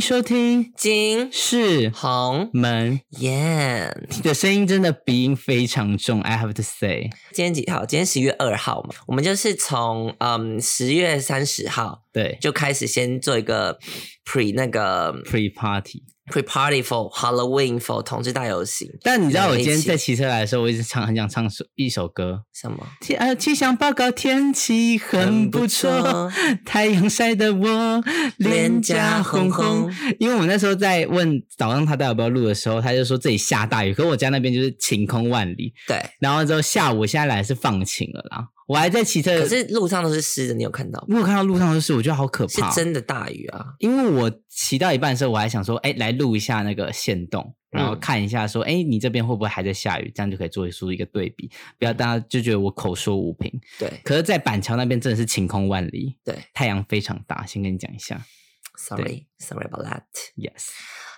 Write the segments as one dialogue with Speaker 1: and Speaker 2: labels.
Speaker 1: 收听
Speaker 2: 金
Speaker 1: 是
Speaker 2: 红
Speaker 1: 门，
Speaker 2: 燕，
Speaker 1: 你的声音真的鼻音非常重，I have to say。
Speaker 2: 今天几号？今天十月二号嘛，我们就是从嗯十月三十号
Speaker 1: 对
Speaker 2: 就开始先做一个 pre 那个
Speaker 1: ，pre party。
Speaker 2: pre party for Halloween for 同志大游行，
Speaker 1: 但你知道我
Speaker 2: 我们
Speaker 1: 今
Speaker 2: 一
Speaker 1: 天
Speaker 2: 起
Speaker 1: 在骑车来的时候，我一直唱很想唱首一首歌，
Speaker 2: 什么？
Speaker 1: 天呃气象报告天气很不错，，太阳晒得我脸颊红红。，因为我们那时候在问早上他到底要不要录的时候，他就说这里下大雨，可我家那边就是晴空万里。
Speaker 2: 对。
Speaker 1: 然后之后下午现在来是放晴了啦，我还在骑车，
Speaker 2: 可是路上都是湿的，你有看到吗？
Speaker 1: 我有看到路上就是我觉得好可
Speaker 2: 是
Speaker 1: 怕，哦
Speaker 2: 真的大雨啊！
Speaker 1: 因为我骑到一半的时候，我还想说，哎，来录一下那个线动，然后
Speaker 2: 嗯
Speaker 1: 看一下说，哎、你这边会不会还在下雨？这样就可以做出一个对比，不要大家就觉得我口说无凭。
Speaker 2: 对
Speaker 1: 可是，在板桥那边真的是晴空万里，
Speaker 2: 对
Speaker 1: 太阳非常大。先跟你讲一下
Speaker 2: ，sorry sorry about that。
Speaker 1: ，yes，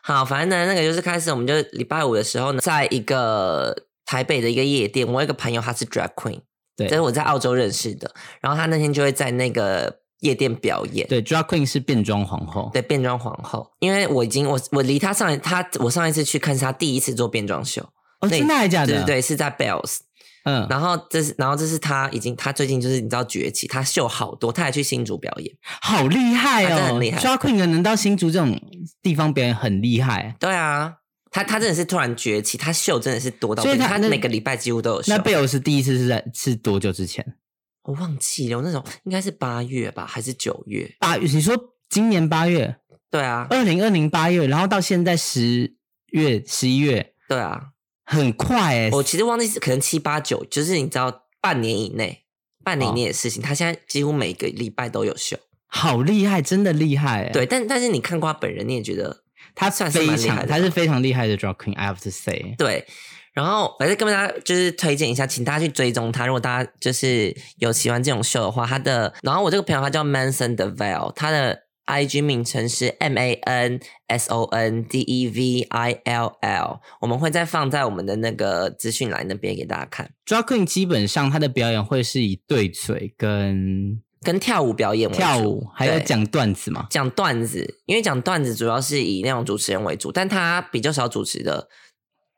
Speaker 2: 好，反正呢，那个就是开始，我们就礼拜五的时候呢，在一个台北的一个夜店，我有一个朋友他是 drag queen，
Speaker 1: 对
Speaker 2: 这是我在澳洲认识的，然后他那天就会在那个夜店表演。
Speaker 1: 对，drag queen 是变装皇后，
Speaker 2: 对变装皇后，因为我已经我我离他上一他我上一次去看是他第一次做变装秀，
Speaker 1: 哦，
Speaker 2: 对
Speaker 1: 真的还是假
Speaker 2: 对
Speaker 1: 的？
Speaker 2: 对，对，是在 Bells，
Speaker 1: 嗯，
Speaker 2: 然后这是然后这是他已经他最近就是你知道崛起，他秀好多，他还去新竹表演，
Speaker 1: 好厉害
Speaker 2: 她真的
Speaker 1: 哦
Speaker 2: 很厉害
Speaker 1: ，drag queen 能到新竹这种地方表演很厉害。
Speaker 2: 对啊，他他真的是突然崛起，他秀真的是多到不
Speaker 1: 所以
Speaker 2: 行，
Speaker 1: 他
Speaker 2: 他
Speaker 1: 那
Speaker 2: 每个礼拜几乎都有秀
Speaker 1: 那。贝尔是第一次是在是多久之前？
Speaker 2: 我忘记了，我那种应该是八月吧，还是九月？
Speaker 1: 八月？你说今年八月？
Speaker 2: 对啊，
Speaker 1: 二零二零八月，然后到现在十月、十一月，
Speaker 2: 对啊，
Speaker 1: 很快哎、
Speaker 2: 我其实忘记是可能七八九，就是你知道半年以内，半
Speaker 1: 哦
Speaker 2: 年以内的事情，他现在几乎每个礼拜都有秀。
Speaker 1: 好厉害，真的厉害哎、
Speaker 2: 对，，但但是你看过他本人，你也觉得
Speaker 1: 他
Speaker 2: 算是
Speaker 1: 非
Speaker 2: 蛮厉害
Speaker 1: 常，
Speaker 2: 的
Speaker 1: 他是非常厉害的 drag queen，I have to say。
Speaker 2: 对。然后我再跟大家就是推荐一下，请大家去追踪他。如果大家就是有喜欢这种秀的话，他的，然后我这个朋友他叫 Manson Deville，他的 IG 名称是 M A N S O N D E V I L L，我们会再放在我们的那个资讯栏那边给大家看。
Speaker 1: drag queen 基本上他的表演会是以对嘴跟
Speaker 2: 跟跳舞表演为主，
Speaker 1: 跳舞，还有
Speaker 2: 对
Speaker 1: 讲段子嘛。
Speaker 2: 讲段子，因为讲段子主要是以那种主持人为主，但他比较少主持的，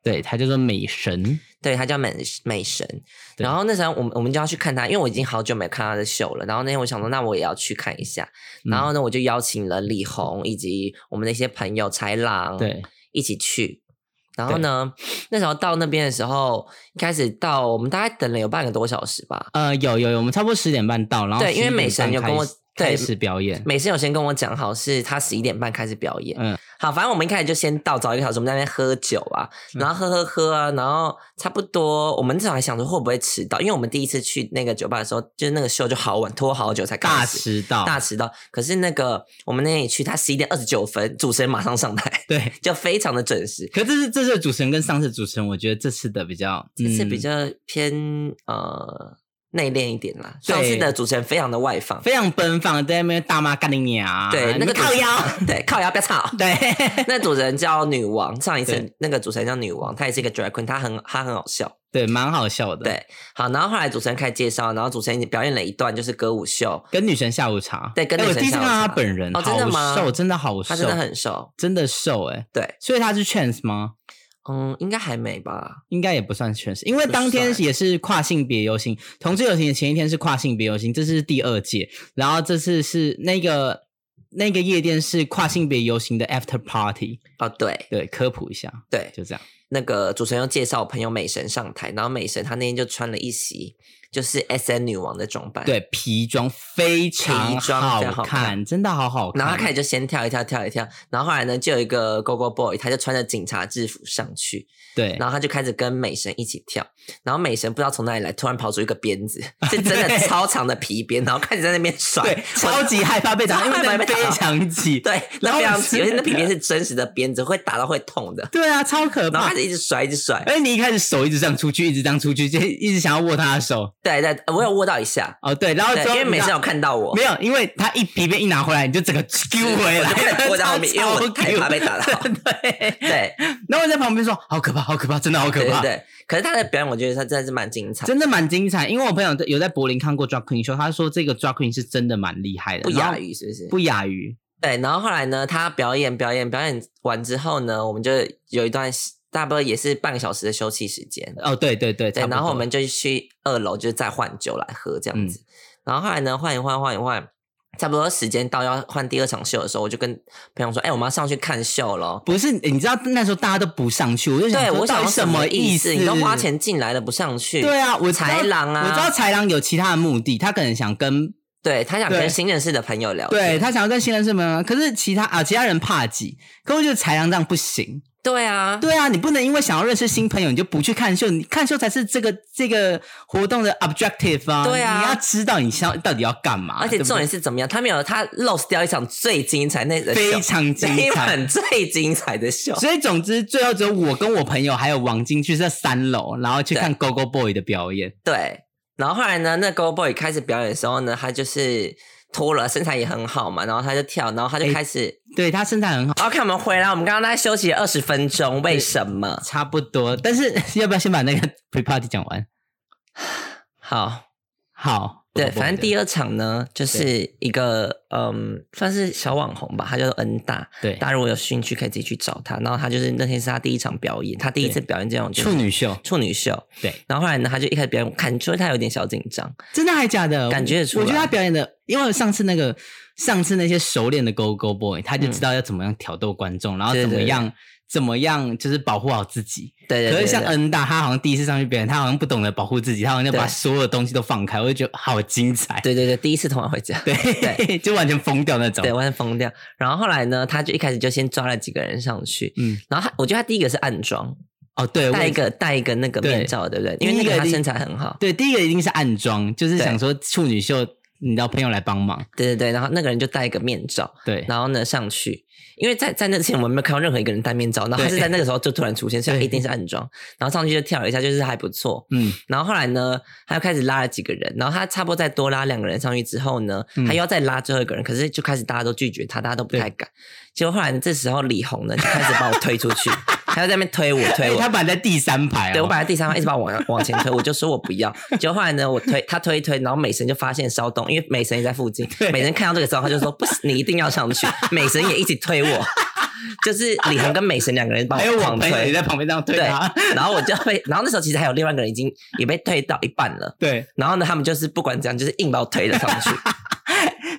Speaker 1: 对，他叫做美神。
Speaker 2: 对他叫美美神。
Speaker 1: 对
Speaker 2: 然后那时候我们我们就要去看他，因为我已经好久没看他的秀了。然后那天我想说，那我也要去看一下。
Speaker 1: 嗯
Speaker 2: 然后呢，我就邀请了李红以及我们的一些朋友豺狼，，
Speaker 1: 对，
Speaker 2: 一起去。然后呢，那时候到那边的时候，一开始到我们大概等了有半个多小时吧。
Speaker 1: 呃，有有有，我们差不多十点半到，然后
Speaker 2: 对因为
Speaker 1: 11
Speaker 2: 美神
Speaker 1: 点半
Speaker 2: 有跟我
Speaker 1: 开始开
Speaker 2: 对
Speaker 1: 始表演。
Speaker 2: 美生有先跟我讲好，是他十一点半开始表演。
Speaker 1: 嗯
Speaker 2: 嗯，好，反正我们一开始就先到，早一个小时，我们在那边喝酒啊，
Speaker 1: 嗯
Speaker 2: 然后喝喝喝啊，然后差不多，我们至少还想着会不会迟到，因为我们第一次去那个酒吧的时候，就是那个秀就好晚，拖好久才
Speaker 1: 大
Speaker 2: 开始。
Speaker 1: 迟到，
Speaker 2: 大迟到，可是那个我们那天一去，他十一点二十九分，主持人马上上台，
Speaker 1: 对。
Speaker 2: 就非常的准时。
Speaker 1: 可这是这次的主持人跟上次的主持人，我觉得这次的比较，
Speaker 2: 这次
Speaker 1: 嗯
Speaker 2: 比较偏呃内敛一点啦，
Speaker 1: 对
Speaker 2: 上次的主持人非常的外放，
Speaker 1: 非常奔放，在那边大骂干你娘，啊
Speaker 2: 对
Speaker 1: 你
Speaker 2: 那
Speaker 1: 们
Speaker 2: 个
Speaker 1: 靠腰，，
Speaker 2: 对靠腰不要吵，
Speaker 1: 对
Speaker 2: 那主持人叫女王，上一次
Speaker 1: 对
Speaker 2: 那个主持人叫女王，她也是一个 drag queen，她很她很好笑。
Speaker 1: 对，蛮好笑的。，
Speaker 2: 对，好，然后后来主持人开始介绍，然后主持人表演了一段就是歌舞秀，
Speaker 1: 跟女神下午茶，
Speaker 2: 对跟
Speaker 1: 哎
Speaker 2: 女
Speaker 1: 我
Speaker 2: 神
Speaker 1: 第一次
Speaker 2: 下
Speaker 1: 看
Speaker 2: 午
Speaker 1: 到他
Speaker 2: 茶
Speaker 1: 本人，
Speaker 2: 哦真的
Speaker 1: 好
Speaker 2: 吗
Speaker 1: 瘦，真的好瘦，
Speaker 2: 她真的很瘦，
Speaker 1: 真的瘦哎、
Speaker 2: 对，
Speaker 1: 所以他是 Chance 吗？
Speaker 2: 嗯，应该还没吧？
Speaker 1: 应该也不算 Chance，因为
Speaker 2: 不
Speaker 1: 当天
Speaker 2: 算
Speaker 1: 也是跨性别游行，同志游行的前一天是跨性别游行，这是第二届，然后这次是那个那个夜店是跨性别游行的 After Party，
Speaker 2: 哦，对
Speaker 1: 对，科普一下，
Speaker 2: 对，
Speaker 1: 就这样。
Speaker 2: 那个主持人又介绍我朋友美神上台，然后美神她那天就穿了一袭就是 S N 女王的装扮，，
Speaker 1: 对，皮装非常
Speaker 2: 皮装
Speaker 1: 好
Speaker 2: 非常好
Speaker 1: 看，
Speaker 2: 看
Speaker 1: 真的好好看。
Speaker 2: 然后她开始就先跳一跳跳一跳，然后后来呢就有一个 Go Go Boy，他就穿着警察制服上去，
Speaker 1: 对
Speaker 2: 然后他就开始跟美神一起跳，然后美神不知道从哪里来，突然跑出一个鞭 子，是真的
Speaker 1: 对
Speaker 2: 超长的皮鞭，然后开始在那边甩，
Speaker 1: 对，超级害怕被打，因为那边非常挤。
Speaker 2: 对，
Speaker 1: 然后
Speaker 2: 那非常
Speaker 1: 是
Speaker 2: 急，而且那皮鞭是真实的鞭子，会打到会痛的，
Speaker 1: 对啊，超可
Speaker 2: 然后
Speaker 1: 怕哎
Speaker 2: 开。始一直甩，一 直甩，
Speaker 1: 而且你一开始手一直这样出去，一直这样出去，就一直想要握他的手。
Speaker 2: 对对，我有握到一下，
Speaker 1: 哦，对，然后
Speaker 2: 对，
Speaker 1: 之后
Speaker 2: 因为美神
Speaker 1: 你知
Speaker 2: 有
Speaker 1: 道
Speaker 2: 看到我
Speaker 1: 没。有，因为他一皮鞭一拿回来，你就整个丢回
Speaker 2: 我就开
Speaker 1: 来，
Speaker 2: 始拖在后面因为我害怕被打到
Speaker 1: 对，
Speaker 2: 对
Speaker 1: 然后我在旁边说：“好可怕，好可怕，真的 好可
Speaker 2: 对对
Speaker 1: 怕。”
Speaker 2: 对，可是他的表演，我觉得他真的是蛮精彩，
Speaker 1: 真的蛮精彩，因为我朋友有在柏林看过 drag queen show，他说这个 drag queen 是真的蛮厉害的，
Speaker 2: 不
Speaker 1: 然后
Speaker 2: 亚于是不是？
Speaker 1: 不亚于，
Speaker 2: 对，然后后来呢，他表演表演表演完之后呢，我们就有一段时大不多也是半个小时的休息时间。
Speaker 1: 哦，对对对，
Speaker 2: 对，
Speaker 1: 差不
Speaker 2: 然后我
Speaker 1: 多
Speaker 2: 们就去二楼，就是再换酒来喝这样
Speaker 1: 嗯
Speaker 2: 子。然后后来呢，换一换，换一换，差不多时间到要换第二场秀的时候，我就跟朋友说：“哎、我们要上去看秀咯。
Speaker 1: 不是，你知道那时候大家都不上去，我就想
Speaker 2: 对，
Speaker 1: 说
Speaker 2: 我
Speaker 1: 到
Speaker 2: 想
Speaker 1: 底
Speaker 2: 说
Speaker 1: 什
Speaker 2: 么
Speaker 1: 意
Speaker 2: 思？你都花钱进来了，不上去？
Speaker 1: 对啊，我知道
Speaker 2: 豺狼啊，
Speaker 1: 我知道豺狼有其他的目的，他可能想跟
Speaker 2: 对他想
Speaker 1: 对
Speaker 2: 跟新认识的朋友聊
Speaker 1: 对
Speaker 2: 天，
Speaker 1: 他想要跟新人是们，可是其他啊其他人怕挤，可我觉得豺狼这样不行。
Speaker 2: 对啊，
Speaker 1: 对啊，你不能因为想要认识新朋友你就不去看秀，你看秀才是这个这个活动的 objective 啊。
Speaker 2: 对啊
Speaker 1: 你要知道你想到底要干嘛，
Speaker 2: 而且
Speaker 1: 啊对不对
Speaker 2: 重点是怎么样？他没有他 lost 掉一场最精彩那个秀
Speaker 1: 非 常
Speaker 2: 那一
Speaker 1: 精彩。
Speaker 2: 场最精彩的秀。
Speaker 1: 所以总之，最后只有我跟我朋友还有王晶去这三楼，然后去看 Go Go Boy 的表演。
Speaker 2: 对，然后后来呢，那 Go Boy 开始表演的时候呢，他就是脱了，身材也很好嘛，然后他就跳，然后他就
Speaker 1: 哎
Speaker 2: 开始。
Speaker 1: 对他身材很好，
Speaker 2: 然后看我们回来，我们刚刚大概休息二十分钟，为什么？
Speaker 1: 差不多。但是 要不要先把那个 pre party 讲完？
Speaker 2: 好，
Speaker 1: 好，
Speaker 2: 对，反正第
Speaker 1: 二
Speaker 2: 二场呢，就是一个嗯，算是小网红吧，他叫做恩大，
Speaker 1: 对
Speaker 2: 大家如果有兴趣可以自己去找他。然后他就是那天是他第一场表演，他第一次表演这种就是
Speaker 1: 处女 秀，
Speaker 2: 处女秀。
Speaker 1: 对，
Speaker 2: 然后后来呢，他就一开始表演，我看出他有点小紧张，
Speaker 1: 真的还假的？
Speaker 2: 感觉得出
Speaker 1: 我
Speaker 2: 来
Speaker 1: 觉得他表演的，因为上次那个上次那些熟练的 Go Go Boy，他就知道要怎么样挑逗观众，然后
Speaker 2: 嗯对
Speaker 1: 怎么
Speaker 2: 对对
Speaker 1: 样怎么样就是保护好自己。
Speaker 2: 对对对
Speaker 1: 可是像
Speaker 2: 对
Speaker 1: 恩大，他好像第一次上去表演，他好像不懂得保护自己，他好像把
Speaker 2: 对
Speaker 1: 所有的东西都放开，我就觉得好精彩。
Speaker 2: 对对对，第一次同晚回家，对
Speaker 1: 对， 就完全疯掉那种。
Speaker 2: 对，完全疯掉。然后后来呢，他就一开始就先抓了几个人上去，
Speaker 1: 嗯，
Speaker 2: 然后他我觉得他第一个是暗装，
Speaker 1: 哦，对，我
Speaker 2: 戴
Speaker 1: 也
Speaker 2: 一个戴一个那个面
Speaker 1: 对
Speaker 2: 罩，对不对？
Speaker 1: 第
Speaker 2: 因为
Speaker 1: 一
Speaker 2: 那
Speaker 1: 个
Speaker 2: 个他
Speaker 1: 一定
Speaker 2: 身材很好，
Speaker 1: 对，第一个一定是暗装，就是
Speaker 2: 对
Speaker 1: 想说处女秀，你知道朋友来帮忙，
Speaker 2: 对对对。然后那个人就戴一个面罩，
Speaker 1: 对，
Speaker 2: 然后呢上去，因为在在那之前我们没有看到任何一个人戴面罩，然后他
Speaker 1: 对
Speaker 2: 是在那个时候就突然出现，所以他
Speaker 1: 对
Speaker 2: 一定是暗装。然后上去就跳了一下，就是还不错。
Speaker 1: 嗯，
Speaker 2: 然后后来呢，他又开始拉了几个人，然后他差不多再多拉两个人上去之后呢，
Speaker 1: 嗯
Speaker 2: 他又要再拉最后一个人，可是就开始大家都拒绝他，大家都不太敢。结果后来呢这时候李红呢就开始把我推出去，他就在那边推我推
Speaker 1: 哎
Speaker 2: 我，
Speaker 1: 他摆在第三排哦，
Speaker 2: 对我本来第三排一直把我往往前推，我就说我不要。结果后来呢，我推他推一推，然后美神就发现骚动，因为美神也在附近
Speaker 1: 对。
Speaker 2: 美神看到这个时候，他就说：“不行，你一定要上去。”美神也一起推我，就是李红跟美神两个人把
Speaker 1: 还有
Speaker 2: 我
Speaker 1: 我
Speaker 2: 狂
Speaker 1: 朋友也
Speaker 2: 推。
Speaker 1: 在旁边这样推
Speaker 2: 对
Speaker 1: 他，，
Speaker 2: 然后我就被，然后那时候其实还有另外一个人已经也被推到一半了。
Speaker 1: 对，
Speaker 2: 然后呢，他们就是不管怎样，就是硬把我推了上 去。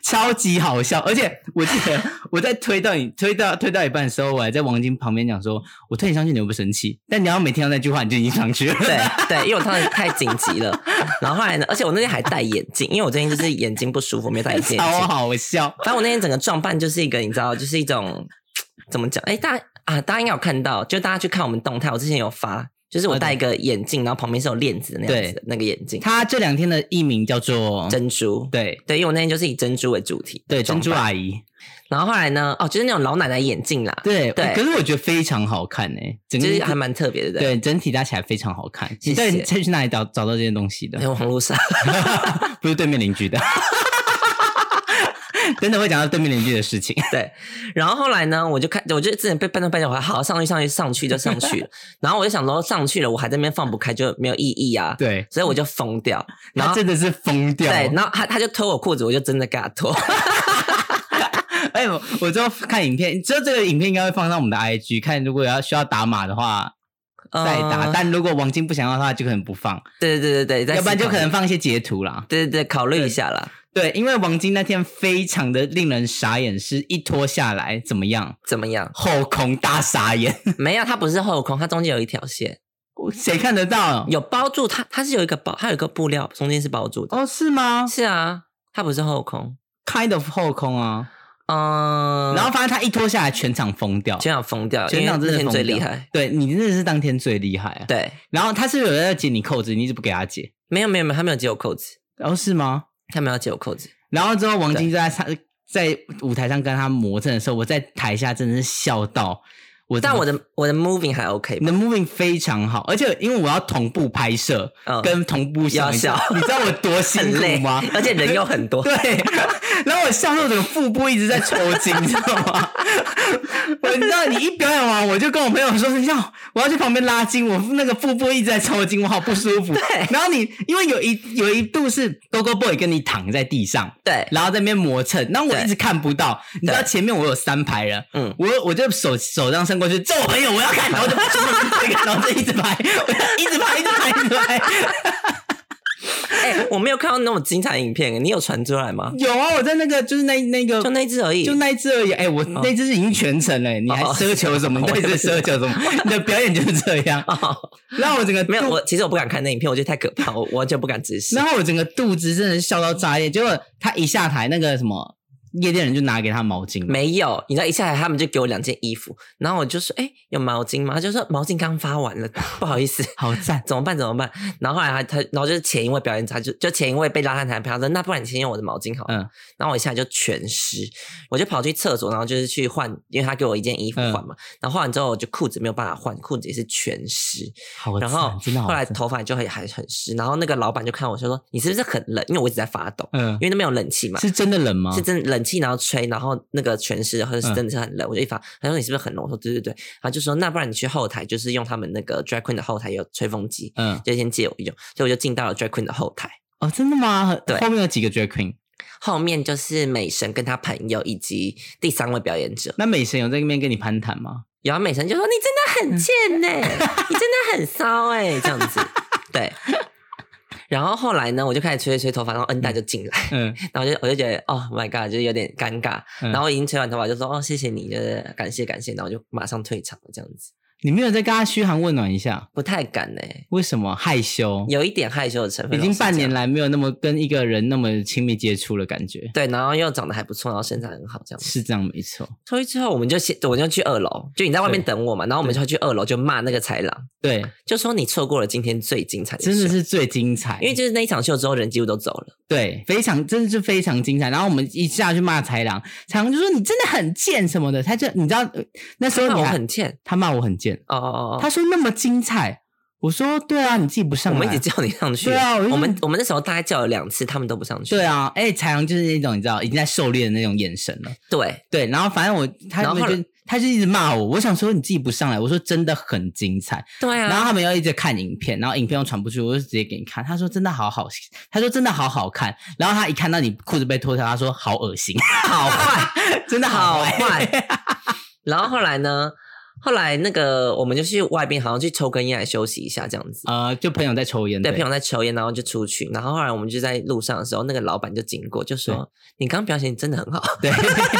Speaker 1: 超级好笑。而且我记得我在推到你推到推到一半的时候，我还在王晶旁边讲说，我推你上去你又不生气，但你要每天到那句话，你就已经上去了。
Speaker 2: 对对，因为我当时太紧急了。然后后来呢，而且我那天还戴眼镜，因为我最近就是眼睛不舒服，没有戴眼镜。
Speaker 1: 超好笑，
Speaker 2: 反正我那天整个装扮就是一个，你知道，就是一种怎么讲？哎、大家啊，大家应该有看到，就大家去看我们动态，我之前有发，就是我戴一个眼镜，然后旁边是有链子的那样子的那个眼镜，
Speaker 1: 他这两天的艺名叫做
Speaker 2: 珍珠。
Speaker 1: 对
Speaker 2: 对，因为我那天就是以珍珠为主题，
Speaker 1: 对珍珠。阿姨，
Speaker 2: 然后后来呢，哦，就是那种老奶奶眼镜啦，
Speaker 1: 对
Speaker 2: 对
Speaker 1: 可是我觉得非常好看诶，整
Speaker 2: 就
Speaker 1: 个
Speaker 2: 是还蛮特别的，对不对。
Speaker 1: 对，整体搭起来非常好看。
Speaker 2: 谢嗯
Speaker 1: 你在
Speaker 2: 谢
Speaker 1: 再去哪里找找到这些东西
Speaker 2: 还
Speaker 1: 的？
Speaker 2: 有网络上，
Speaker 1: 不是对面邻居的， 真的会讲到对面邻居的事情。
Speaker 2: 对。然后后来呢，我就看，我就之前被半推半就，我还好上去上去上去就上 去了。然后我就想说，上去了我还在那边放不开，就没有意义啊。，
Speaker 1: 对，
Speaker 2: 所以我就疯掉。然
Speaker 1: 他
Speaker 2: 后
Speaker 1: 真的哦是疯掉。
Speaker 2: 对，然后他他就脱我裤子，我就真的给他脱。
Speaker 1: 哎、我我之后看影片，之后这个影片应该会放到我们的 IG，看如果要需要打码的话 再打，
Speaker 2: 呃
Speaker 1: 但如果王晶不想要的话，就可能不放，
Speaker 2: 对对对对，
Speaker 1: 要不然就可能
Speaker 2: 放。
Speaker 1: 放一些截图啦。
Speaker 2: 对对对，考虑一下啦，
Speaker 1: 对，因为王晶那天非常的令人傻眼，是一脱下来怎么样，？
Speaker 2: 怎么样
Speaker 1: 后空大傻眼，
Speaker 2: 没有，它不是后空，它中间有一条线，
Speaker 1: 谁看得到？
Speaker 2: 有包住它，它是有一个包，它有一个布料，中间是包住的。
Speaker 1: 哦，是吗
Speaker 2: 是啊，它不是后空。
Speaker 1: ？Kind of 后空啊。
Speaker 2: 嗯，
Speaker 1: 然后发现他一脱下来，全场疯掉，
Speaker 2: 全场疯掉，因
Speaker 1: 全
Speaker 2: 为
Speaker 1: 场真
Speaker 2: 那
Speaker 1: 的
Speaker 2: 天
Speaker 1: 疯
Speaker 2: 最
Speaker 1: 掉
Speaker 2: 厉害。。
Speaker 1: 对你真的是当天最厉害、啊。，
Speaker 2: 对，
Speaker 1: 然后他是不是有在解你扣子，你一直不给他解，
Speaker 2: 没有没有没有，他没有解我扣子，
Speaker 1: 然、后是吗？
Speaker 2: 他没有解我扣子。
Speaker 1: 然后之后王晶就在他在舞台上跟他磨蹭的时候，我在台下真的是笑到。我
Speaker 2: 但我的我的 moving 还 OK
Speaker 1: 你
Speaker 2: 吧
Speaker 1: 的 moving 非常好，而且因为我要同步拍摄、
Speaker 2: 嗯
Speaker 1: 跟同步笑一下
Speaker 2: 要笑，
Speaker 1: 你知道我多辛
Speaker 2: 很
Speaker 1: 苦
Speaker 2: 累
Speaker 1: 吗？，
Speaker 2: 而且人又很 多。
Speaker 1: 对，然后我笑到整个腹部一直在抽筋，你知道吗？ 我你知道，你一表演完，我就跟我朋友说：“等一下，我要去旁边拉筋，我那个腹部一直在抽筋，我好不舒服。”然后你因为有一有一度是 Go Go Boy 跟你躺在地上，
Speaker 2: 对，
Speaker 1: 然后在那边磨蹭，然后我
Speaker 2: 对
Speaker 1: 一直看不到，你知道
Speaker 2: 对
Speaker 1: 前面我有三排人，
Speaker 2: 嗯
Speaker 1: 我我就手手这样伸过去，这我朋友我要看，然后就然后就一直拍，我要一直拍，一直拍，一直 拍。
Speaker 2: 哎、我没有看到那么精彩的影片，你有传出来吗？
Speaker 1: 有啊，我在那个就是那那个
Speaker 2: 就那一只而已，
Speaker 1: 就那一只而已。哎、我那只是已经全程了、你还
Speaker 2: 嗯哦
Speaker 1: 奢求什么？你到底在奢求什么？ 你的表演就是这样。
Speaker 2: 哦，
Speaker 1: 然后我整个
Speaker 2: 没有，
Speaker 1: 肚
Speaker 2: 我其实我不敢看那影片，我觉得太可怕，我我完全不敢直视
Speaker 1: 然。后我整个肚子真的是笑到炸裂。结果他一下台，那个什么夜店人就拿给他毛巾，
Speaker 2: 没有，你知道一下来他们就给我两件衣服，然后我就说：“哎、有毛巾吗？”他就说：“毛巾刚发完了，不好意思。”
Speaker 1: 好赞。
Speaker 2: 怎么办？怎么办？然后后来他他，然后就是前一位表演者，他就就前一位被拉上台，他说：“那不然你先用我的毛巾好。”
Speaker 1: 嗯
Speaker 2: 嗯，然后我一下就全湿，我就跑去厕所，然后就是去换，因为他给我一件衣服换嘛。
Speaker 1: 嗯
Speaker 2: 然后换完之后，我就裤子没有办法换，裤子也是全湿。
Speaker 1: 好
Speaker 2: 然
Speaker 1: 赞，
Speaker 2: 后
Speaker 1: 真的好
Speaker 2: 后来
Speaker 1: 赞
Speaker 2: 头发就很还很湿。然后那个老板就看我说：“你是不是很冷？”因为我一直在发抖，
Speaker 1: 嗯
Speaker 2: 因，为那边有冷气嘛。
Speaker 1: 是嗯真的冷吗？
Speaker 2: 是真的冷气，然后吹，然后那个全湿，然后
Speaker 1: 嗯
Speaker 2: 是真的是很冷。我就一发，他说你是不是很冷？我说对对对。他就说那不然你去后台，就是用他们那个 drag queen 的后台有吹风机，
Speaker 1: 嗯，
Speaker 2: 就先借我用，所以我就进到了 drag queen 的后台，
Speaker 1: 哦，真的吗？
Speaker 2: 对
Speaker 1: 后面有几个 drag queen？
Speaker 2: 后面就是美神跟她朋友以及第三位表演者。
Speaker 1: 那美神有在那边跟你攀谈 吗？
Speaker 2: 然后美神就说：“你真的很贱呢、 你真的很骚哎、这样子。” 对。然后后来呢，我就开始吹吹吹头发，然后恩大就进来，
Speaker 1: 嗯，
Speaker 2: 然后就我就觉得哦、oh、，My God，就是有点尴尬。
Speaker 1: 嗯
Speaker 2: 然后我已经吹完头发，就说：“哦，谢谢你，就是感谢感谢。”然后我就马上退场了，这样子
Speaker 1: 你没有在跟他嘘寒问暖一下？
Speaker 2: 不太敢呢、
Speaker 1: 为什么害羞？
Speaker 2: 有一点害羞的成分。
Speaker 1: 已经半年
Speaker 2: 了，
Speaker 1: 来没有那么跟一个人那么亲密接触的感觉。
Speaker 2: 对，然后又长得还不错，然后身材很好，这样子。
Speaker 1: 是这样没错，
Speaker 2: 所以之后我们就先，我就去二楼，就你在外面
Speaker 1: 对
Speaker 2: 等我嘛，然后我们就去二楼就骂那个豺狼，
Speaker 1: 对，
Speaker 2: 就说你错过了今天最精彩的秀，
Speaker 1: 真的，是最精彩，
Speaker 2: 因为就是那一场秀之后人几乎都走了，
Speaker 1: 对非常真的是非常精彩。然后我们一下去骂豺狼，豺狼就说你真的很贱什么的，他就你知道呃那时候
Speaker 2: 那
Speaker 1: 你
Speaker 2: 我
Speaker 1: 还
Speaker 2: 很欠
Speaker 1: 他骂我很贱，
Speaker 2: 哦哦哦
Speaker 1: 他
Speaker 2: 哦，
Speaker 1: 说那么精彩，我说对啊，你自己不上
Speaker 2: 我
Speaker 1: 来，
Speaker 2: 们一直叫你上去，
Speaker 1: 对啊我就
Speaker 2: 我们我们那时候大概叫了两次，他们都不上去，
Speaker 1: 对啊，哎，豺狼就是那种你知道已经在狩猎的那种眼神了，
Speaker 2: 对，
Speaker 1: 对，然后反正我他
Speaker 2: 然后
Speaker 1: 们
Speaker 2: 后来
Speaker 1: 就他就一直骂我，我想说你自己不上来，我说真的很精彩。
Speaker 2: 对啊，
Speaker 1: 然后他们又一直看影片，然后影片又传不出去，我就直接给你看。他说真的好好，他说真的好好看。然后他一看到你裤子被脱掉，他说好恶心， 好坏，真的好
Speaker 2: 好
Speaker 1: 坏。
Speaker 2: 坏，然后后来呢，后来那个我们就去外边好像去抽根烟来休息一下这样子。
Speaker 1: 呃，就朋友在抽烟，
Speaker 2: 对，朋友在抽烟，然后就出去，然后后来我们就在路上的时候，那个老板就经过，就说：“你刚表现真的很好。”
Speaker 1: 对，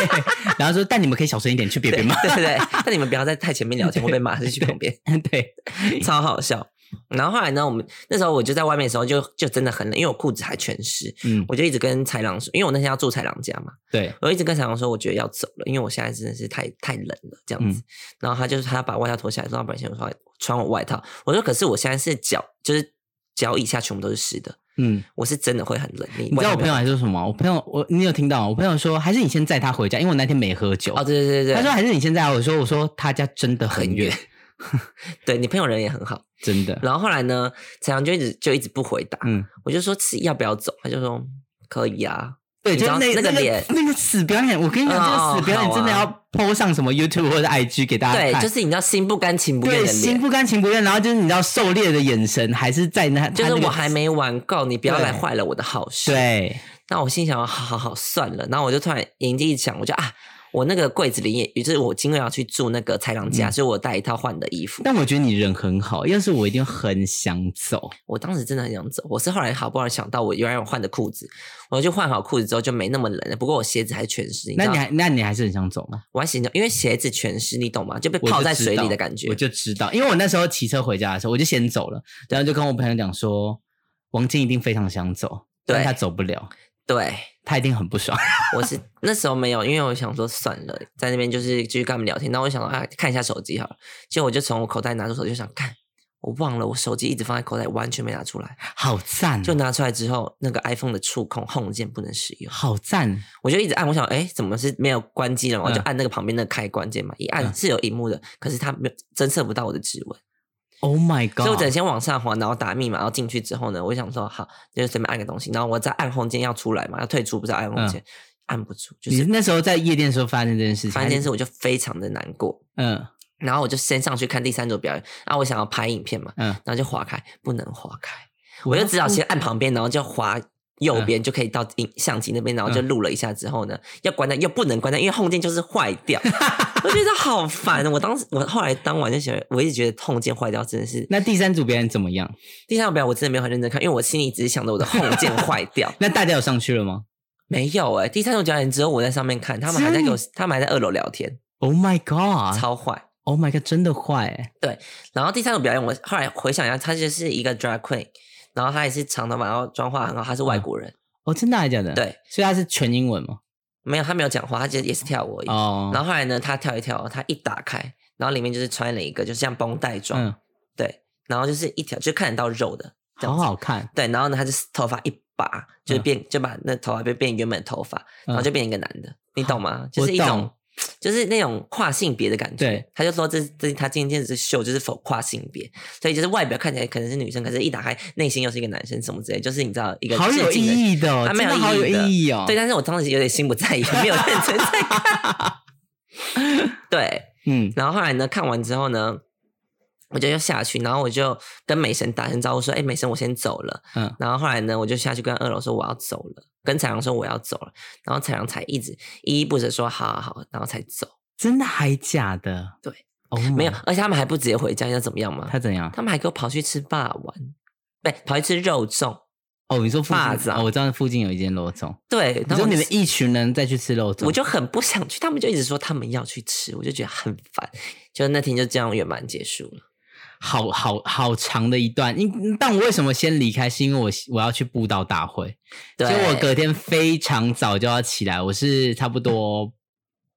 Speaker 1: 然后说但你们可以小声一点去别别
Speaker 2: 对
Speaker 1: 骂。
Speaker 2: 对对对，但你们不要在太前面聊天，会被骂，是去旁边，
Speaker 1: 对，
Speaker 2: 超好笑。然后后来呢，我们那时候我就在外面的时候就，就真的很冷，因为我裤子还全湿，
Speaker 1: 嗯，
Speaker 2: 我就一直跟豺狼说，因为我那天要住豺狼家嘛，
Speaker 1: 对，
Speaker 2: 我一直跟豺狼说，我觉得要走了，因为我现在真的是太太冷了这
Speaker 1: 嗯
Speaker 2: 样子。然后他就是他把外套脱下来，说他本来想穿穿我外套，我说可是我现在是脚就是脚以下全部都是湿的，
Speaker 1: 嗯，
Speaker 2: 我是真的会很冷。你
Speaker 1: 你知道
Speaker 2: 外
Speaker 1: 我
Speaker 2: 套
Speaker 1: 朋
Speaker 2: 没有
Speaker 1: 友还说什么？我朋友我你有听到吗？我朋友说还是你先载他回家，因为我那天没喝酒。
Speaker 2: 哦，对对对对，
Speaker 1: 他说还是你先载他。我说我说他家真的很
Speaker 2: 很
Speaker 1: 远
Speaker 2: 远，对你朋友人也很好。
Speaker 1: 真的。
Speaker 2: 然后后来呢，豺狼就一直就一直不回答，
Speaker 1: 嗯，
Speaker 2: 我就说是要不要走，他就说可以啊。
Speaker 1: 对，
Speaker 2: 你
Speaker 1: 就
Speaker 2: 知
Speaker 1: 是那
Speaker 2: 道那个脸
Speaker 1: 那个死表演，我跟你讲，这
Speaker 2: 哦
Speaker 1: 个死表演
Speaker 2: 好啊
Speaker 1: 真的要 PO 上什么 YouTube 或者 IG 给大家
Speaker 2: 对，
Speaker 1: 啊看，
Speaker 2: 就是你知道心不甘情不愿
Speaker 1: 对
Speaker 2: 的
Speaker 1: 心
Speaker 2: 脸，
Speaker 1: 不甘情不愿，然后就是你知道狩猎的眼神还是在那，
Speaker 2: 就是
Speaker 1: 他那个
Speaker 2: 我还没玩够，你不要
Speaker 1: 对
Speaker 2: 来坏了我的好事。，
Speaker 1: 对，
Speaker 2: 那我心想，好好好，算了。然后我就突然眼睛一想，我就啊，我那个柜子里也，也就是我今晚要去住那个豺狼
Speaker 1: 嗯
Speaker 2: 家，所以我带一套换的衣服。
Speaker 1: 但我觉得你人很好，要是我一定很想走，
Speaker 2: 我当时真的很想走，我是后来好不容易想到我原来有换的裤子，我就换好裤子之后就没那么冷了。不过我鞋子还全湿，你
Speaker 1: 那
Speaker 2: 知道
Speaker 1: 你还那你还是很想走吗？
Speaker 2: 我还行，因为鞋子全湿，你懂吗？就被
Speaker 1: 我就
Speaker 2: 泡在
Speaker 1: 知
Speaker 2: 水里
Speaker 1: 道
Speaker 2: 的感觉
Speaker 1: 我。就知道，因为我那时候骑车回家的时候，我就先走了，然后就跟我朋友讲说，王晶一定非常想走，但
Speaker 2: 对
Speaker 1: 他走不了，
Speaker 2: 对，
Speaker 1: 他一定很不爽，
Speaker 2: 我是那时候没有，因为我想说算了，在那边就是继续跟他们聊天。那我就想说啊，看一下手机好了。结果我就从我口袋拿出手机，就想看我忘了，我手机一直放在口袋，完全没拿 出来。
Speaker 1: 好赞，
Speaker 2: 就拿出来之后，那个 iPhone 的触控 Home 键不能使用，
Speaker 1: 好赞，
Speaker 2: 我就一直按，我想，哎，怎么是没有关机了嘛？
Speaker 1: 嗯
Speaker 2: 我就按那个旁边那个开关键嘛，一按
Speaker 1: 嗯
Speaker 2: 是有荧幕的，可是它没有侦测不到我的指纹，
Speaker 1: ！Oh my
Speaker 2: 所以我只能
Speaker 1: god！
Speaker 2: 先往上滑，然后打密码，然后进去之后呢，我就想说，好，就随便按个东西，然后我再按 Home 键要出来嘛，要退出不是要按
Speaker 1: 嗯
Speaker 2: Home 键，按不住，就
Speaker 1: 你
Speaker 2: 是
Speaker 1: 那时候在夜店的时候发生这件事情，
Speaker 2: 发现这件事我就非常的难过。
Speaker 1: 嗯
Speaker 2: 然后我就先上去看第三组表演，然后我想要拍影片嘛，
Speaker 1: 嗯，
Speaker 2: 然后就划开，不能划开，
Speaker 1: 我
Speaker 2: 我
Speaker 1: 要嗯
Speaker 2: 就只好先按旁边，然后就划右边，就可以到影相机那边，然后就录了一下之后呢，要关掉又不能关掉，因为 home 键就是坏 掉，我觉得好烦。哦我当时我后来当晚就觉得，我一直觉得 home 键坏掉真的是
Speaker 1: 那第三组别人怎么样？
Speaker 2: 第三组表演我真的没有很认真看，因为我心里只是想着我的 home 键坏 掉，
Speaker 1: 那大家有上去了吗
Speaker 2: 没有哎、第三组表演只有我在上面看，他们还在给我
Speaker 1: 真，
Speaker 2: 他们还在二楼聊天，
Speaker 1: ？Oh my god！Oh
Speaker 2: 超坏。
Speaker 1: ，Oh my god！真的坏欸，
Speaker 2: 然后第三种表演，我后来回想一下，她就是一个 drag queen，然后她也是长头发，然后妆化很好，她是外国人，
Speaker 1: 哦，真的还是假的？
Speaker 2: 对，
Speaker 1: 所以他是全英文吗？
Speaker 2: 没有她没有讲话，她其实也是跳舞而已。
Speaker 1: 哦，
Speaker 2: 然后后来呢，她跳一跳，她一打开，然后里面就是穿了一个就是像绷带装，
Speaker 1: 嗯，
Speaker 2: 对，然后就是一条就看得到肉的，这样
Speaker 1: 好
Speaker 2: 子
Speaker 1: 好嗯看，
Speaker 2: 对，然后呢，她就是头发一拔，就变、就把那头发就变原本的头发，然后就变一个男的，你懂吗？就是一
Speaker 1: 嗯我
Speaker 2: 种
Speaker 1: 懂。
Speaker 2: 就是那种跨性别的感觉，
Speaker 1: 对
Speaker 2: 他就说这这他今天这秀就是否跨性别，所以就是外表看起来可能是女生，可是一打开内心又是一个男生什么之类，就是你知道一个
Speaker 1: 好有
Speaker 2: 致敬的
Speaker 1: 意义的哦，
Speaker 2: 啊
Speaker 1: 真
Speaker 2: 蛮有
Speaker 1: 的好有
Speaker 2: 意义的
Speaker 1: 意义哦。
Speaker 2: 对，，但是我当时有点心不在焉，没有认真在看。 对，
Speaker 1: 嗯，
Speaker 2: 然后后来呢，看完之后呢，我就又下去，然后我就跟美神打声招呼说：“哎、美神，我先走了。”
Speaker 1: 嗯
Speaker 2: 然后后来呢，我就下去跟二楼说我要走了，跟彩阳说我要走了，然后彩阳才一直依依不舍说：“好好好。”然后才走。
Speaker 1: 真的还假的？
Speaker 2: 对，
Speaker 1: 哦，
Speaker 2: 没有，而且他们还不直接回家，你知道怎么样吗？
Speaker 1: 他怎样？
Speaker 2: 他们还给我跑去吃霸王，对，跑去吃肉粽。
Speaker 1: 哦，你说附
Speaker 2: 霸
Speaker 1: 近？
Speaker 2: 子
Speaker 1: 哦，我知道附近有一间肉粽。
Speaker 2: 对，
Speaker 1: 你
Speaker 2: 然后
Speaker 1: 说
Speaker 2: 我
Speaker 1: 你
Speaker 2: 就
Speaker 1: 们一群人再去吃肉粽，
Speaker 2: 我就很不想去，他们就一直说他们要去吃，我就觉得很烦。就那天就这样圆满结束了。
Speaker 1: 好好好长的一段。因但我为什么先离开？是因为我我要去布道大会，所
Speaker 2: 对，
Speaker 1: 以我隔天非常早就要起来。我是差不多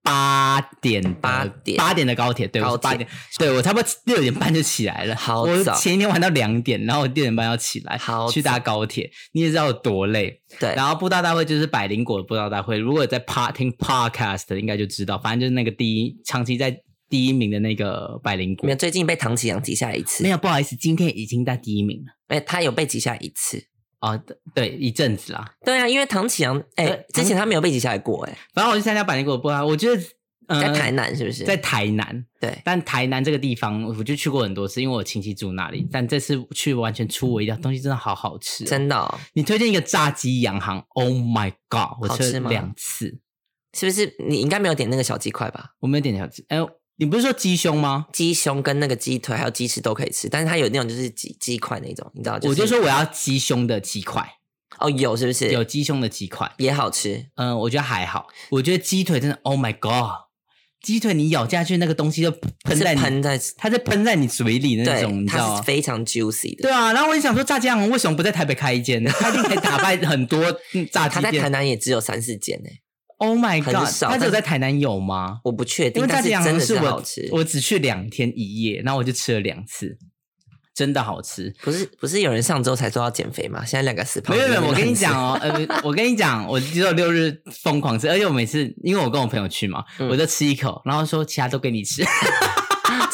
Speaker 1: 八点的
Speaker 2: 八点
Speaker 1: 八点的高铁，对，我是
Speaker 2: 高
Speaker 1: 八
Speaker 2: 铁
Speaker 1: 点，对我差不多六点半就起来了。
Speaker 2: 好
Speaker 1: 我
Speaker 2: 早
Speaker 1: 前一天玩到两点，然后我六点半要起来，
Speaker 2: 好
Speaker 1: 去搭高铁。你也知道有多累，
Speaker 2: 对，
Speaker 1: 然后布道大会就是百灵果的布道大会，如果有在 pod 听 podcast 的应该就知道，反正就是那个第一长期在第一名的那个百灵果
Speaker 2: 没有，。最近被唐启阳挤下一次，
Speaker 1: 没有，不好意思，今天已经在第一名了。
Speaker 2: 哎，他有被挤下一次。
Speaker 1: 哦，对对，一阵子啦。
Speaker 2: 对啊，因为唐启阳，哎、
Speaker 1: 对
Speaker 2: 之前他没有被挤下来过、
Speaker 1: 反正我去参加百灵果布道，我觉得、
Speaker 2: 哎，
Speaker 1: 呃、
Speaker 2: 在台南是不是？
Speaker 1: 在台南，
Speaker 2: 对，
Speaker 1: 但台南这个地方我就去过很多次，因为我亲戚住那里。但这次去完全出我意料，东西真的好好吃、
Speaker 2: 真的哦、
Speaker 1: 你推荐一个炸鸡洋行，Oh my god！我
Speaker 2: 好
Speaker 1: 吃
Speaker 2: 吃
Speaker 1: 了
Speaker 2: 吗
Speaker 1: 两次，
Speaker 2: 是不是？你应该没有点那个小鸡块吧？
Speaker 1: 我没有点小鸡。哎、你不是说鸡胸吗？
Speaker 2: 鸡胸跟那个鸡腿还有鸡翅都可以吃，但是它有那种就是鸡鸡块那种，你知道？
Speaker 1: 我就是说我要鸡胸的鸡块，
Speaker 2: 哦，有是不是？
Speaker 1: 有鸡胸的鸡块。
Speaker 2: 也好吃，
Speaker 1: 嗯，我觉得还好。我觉得鸡腿真的，Oh my God！鸡腿你咬下去，那个东西就喷
Speaker 2: 是
Speaker 1: 在你，
Speaker 2: 喷在
Speaker 1: 它是喷在你嘴里的那种，
Speaker 2: 对，
Speaker 1: 你知道
Speaker 2: 它是
Speaker 1: 吗？
Speaker 2: 非常 juicy 的。
Speaker 1: 对啊，然后我就想说，炸鸡行为什么不在台北开一 间呢？它一定可以打败很多嗯炸鸡
Speaker 2: 他在台
Speaker 1: 店。
Speaker 2: 南也只有三四间呢、
Speaker 1: Oh my
Speaker 2: 很
Speaker 1: God！
Speaker 2: 少
Speaker 1: 它只有在
Speaker 2: 但
Speaker 1: 台南有吗？
Speaker 2: 我不确
Speaker 1: 因
Speaker 2: 定
Speaker 1: 为，炸
Speaker 2: 但是
Speaker 1: 鸡
Speaker 2: 真
Speaker 1: 行
Speaker 2: 的
Speaker 1: 是
Speaker 2: 是好
Speaker 1: 我
Speaker 2: 吃。
Speaker 1: 我只去两天一夜，然后我就吃了两次，真的好吃。
Speaker 2: 不是不是有人上周才说要减肥吗？现在两个死胖
Speaker 1: 没
Speaker 2: 子
Speaker 1: 有
Speaker 2: 在
Speaker 1: 没
Speaker 2: 那
Speaker 1: 有，我
Speaker 2: 边乱吃，
Speaker 1: 跟你讲哦，呃，我跟你讲，我只有六日疯狂吃，而且我每次因为我跟我朋友去嘛，
Speaker 2: 嗯
Speaker 1: 我就吃一口，然后说其他都给你吃，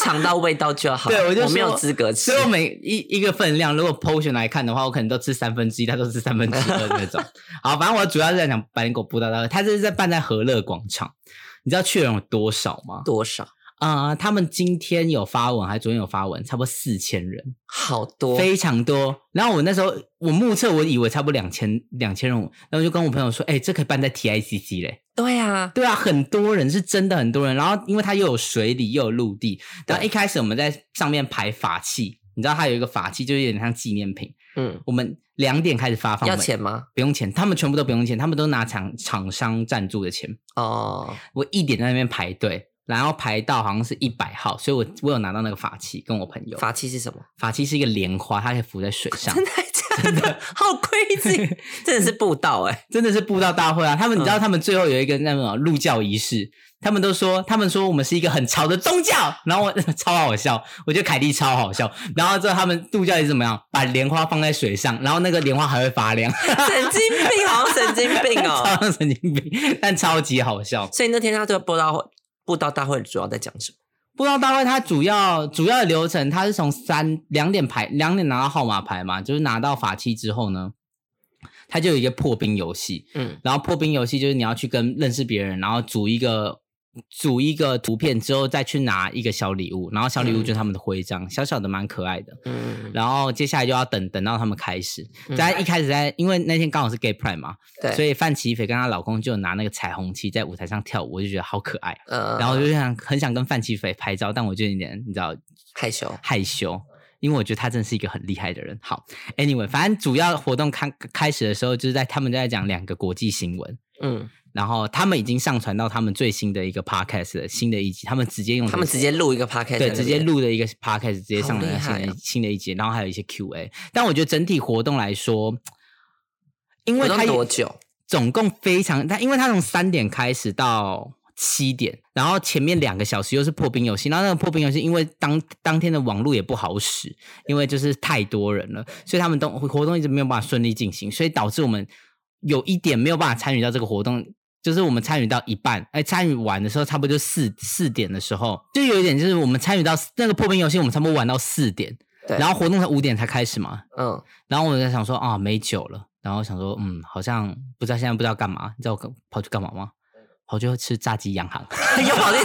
Speaker 2: 尝到味道就好。
Speaker 1: 对我就
Speaker 2: 没有
Speaker 1: 说
Speaker 2: 资格吃
Speaker 1: 所以。我每一一个分量，如果 potion 来看的话，我可能都吃三分之一，他都吃三分之二那 种。好，反正我主要是在讲百灵果布达大，他这是在办在和乐广场，你知道去的人有多少吗？
Speaker 2: 多少？
Speaker 1: 啊、他们今天有发文，还昨天有发文，差不多四千人。
Speaker 2: 好多，
Speaker 1: 非常多。然后我那时候我目测，我以为差不多两千两千人，然后我就跟我朋友说，哎、这可以办在 TICC 嘞。
Speaker 2: 对啊，
Speaker 1: 对啊，很多人是真的很多人。然后因为它又有水里又有陆地，然后一开始我们在上面排法器，你知道它有一个法器，就是有点像纪念品。
Speaker 2: 嗯，
Speaker 1: 我们两点开始发放，
Speaker 2: 要钱？吗？
Speaker 1: 不用钱，他们全部都不用钱，他们都拿厂厂商赞助的钱。
Speaker 2: 哦，
Speaker 1: 我一点在那边排队。然后排到好像是一百号，所以我我有拿到那个法器，跟我朋友。
Speaker 2: 法器是什么？
Speaker 1: 法器是一个莲花，它可以浮在水上。
Speaker 2: 真的还假 好 crazy，真的是布道哎、
Speaker 1: 真的是布道大会啊！他们你知道，他们最后有一个那种入教仪式，他们都说，他们说我们是一个很潮的宗教，然后我 超好笑，我觉得凯莉超好笑。然后之后他们度教仪是怎么样？把莲花放在水上，然后那个莲花还会发亮，
Speaker 2: 神经病，好像神经病 哦。
Speaker 1: 超像神经病，但超级好笑。
Speaker 2: 所以那天他这个布道会，布道大会主要在讲什么？
Speaker 1: 布道大会它主要主要的流程，它是从三两点牌两点拿到号码牌嘛，就是拿到法器之后呢，它就有一个破冰游戏。
Speaker 2: 嗯
Speaker 1: 然后破冰游戏就是你要去跟认识别人，然后组一个组一个图片之后，再去拿一个小礼物，然后小礼物就是他们的徽章，小小的蛮可爱的。
Speaker 2: 嗯，
Speaker 1: 然后接下来就要等等到他们开始，
Speaker 2: 嗯
Speaker 1: 在一开始在因为那天刚好是 Gay Pride 嘛，
Speaker 2: 对，
Speaker 1: 所
Speaker 2: 以
Speaker 1: 以范琪斐跟她老公就拿那个彩虹旗在舞台上跳舞，我就觉得好可爱，
Speaker 2: 呃
Speaker 1: 然后我就想很想跟范琪斐拍照，但我就有点你知道
Speaker 2: 害羞，
Speaker 1: 害羞，因为我觉得他真的是一个很厉害的人。好，Anyway，反正主要活动开开始的时候，就是在他们就在讲两个国际新闻，
Speaker 2: 嗯，
Speaker 1: 然后他们已经上传到他们最新的一个 podcast 的新的一集，他们直接用
Speaker 2: 他们直接录一个 podcast，
Speaker 1: 嗯对
Speaker 2: 在那
Speaker 1: 直接
Speaker 2: 边，
Speaker 1: 录的一个 podcast 直接上
Speaker 2: 好厉
Speaker 1: 传到新
Speaker 2: 害
Speaker 1: 的一、
Speaker 2: 哦
Speaker 1: 新的一集，然后还有一些 Q&A。但我觉得整体活动来说，因为
Speaker 2: 活
Speaker 1: 它
Speaker 2: 动
Speaker 1: 有
Speaker 2: 多久？
Speaker 1: 总共非常，但因为它从三点开始到。七点，然后前面两个小时又是破冰游戏，然后那个破冰游戏因为当当天的网络也不好使，因为就是太多人了，所以他们都活动一直没有办法顺利进行，所以导致我们有一点没有办法参与到这个活动，就是我们参与到一半，哎，参与完的时候差不多就四四点的时候，就有一点就是我们参与到那个破冰游戏，我们差不多玩到四点，
Speaker 2: 对
Speaker 1: 然后活动才五点才开始嘛，
Speaker 2: 嗯，
Speaker 1: 然后我在想说啊，没酒了，然后想说嗯，好像不知道现在不知道干嘛，你知道我干跑去干嘛吗？跑去吃炸鸡洋行，
Speaker 2: 又跑了一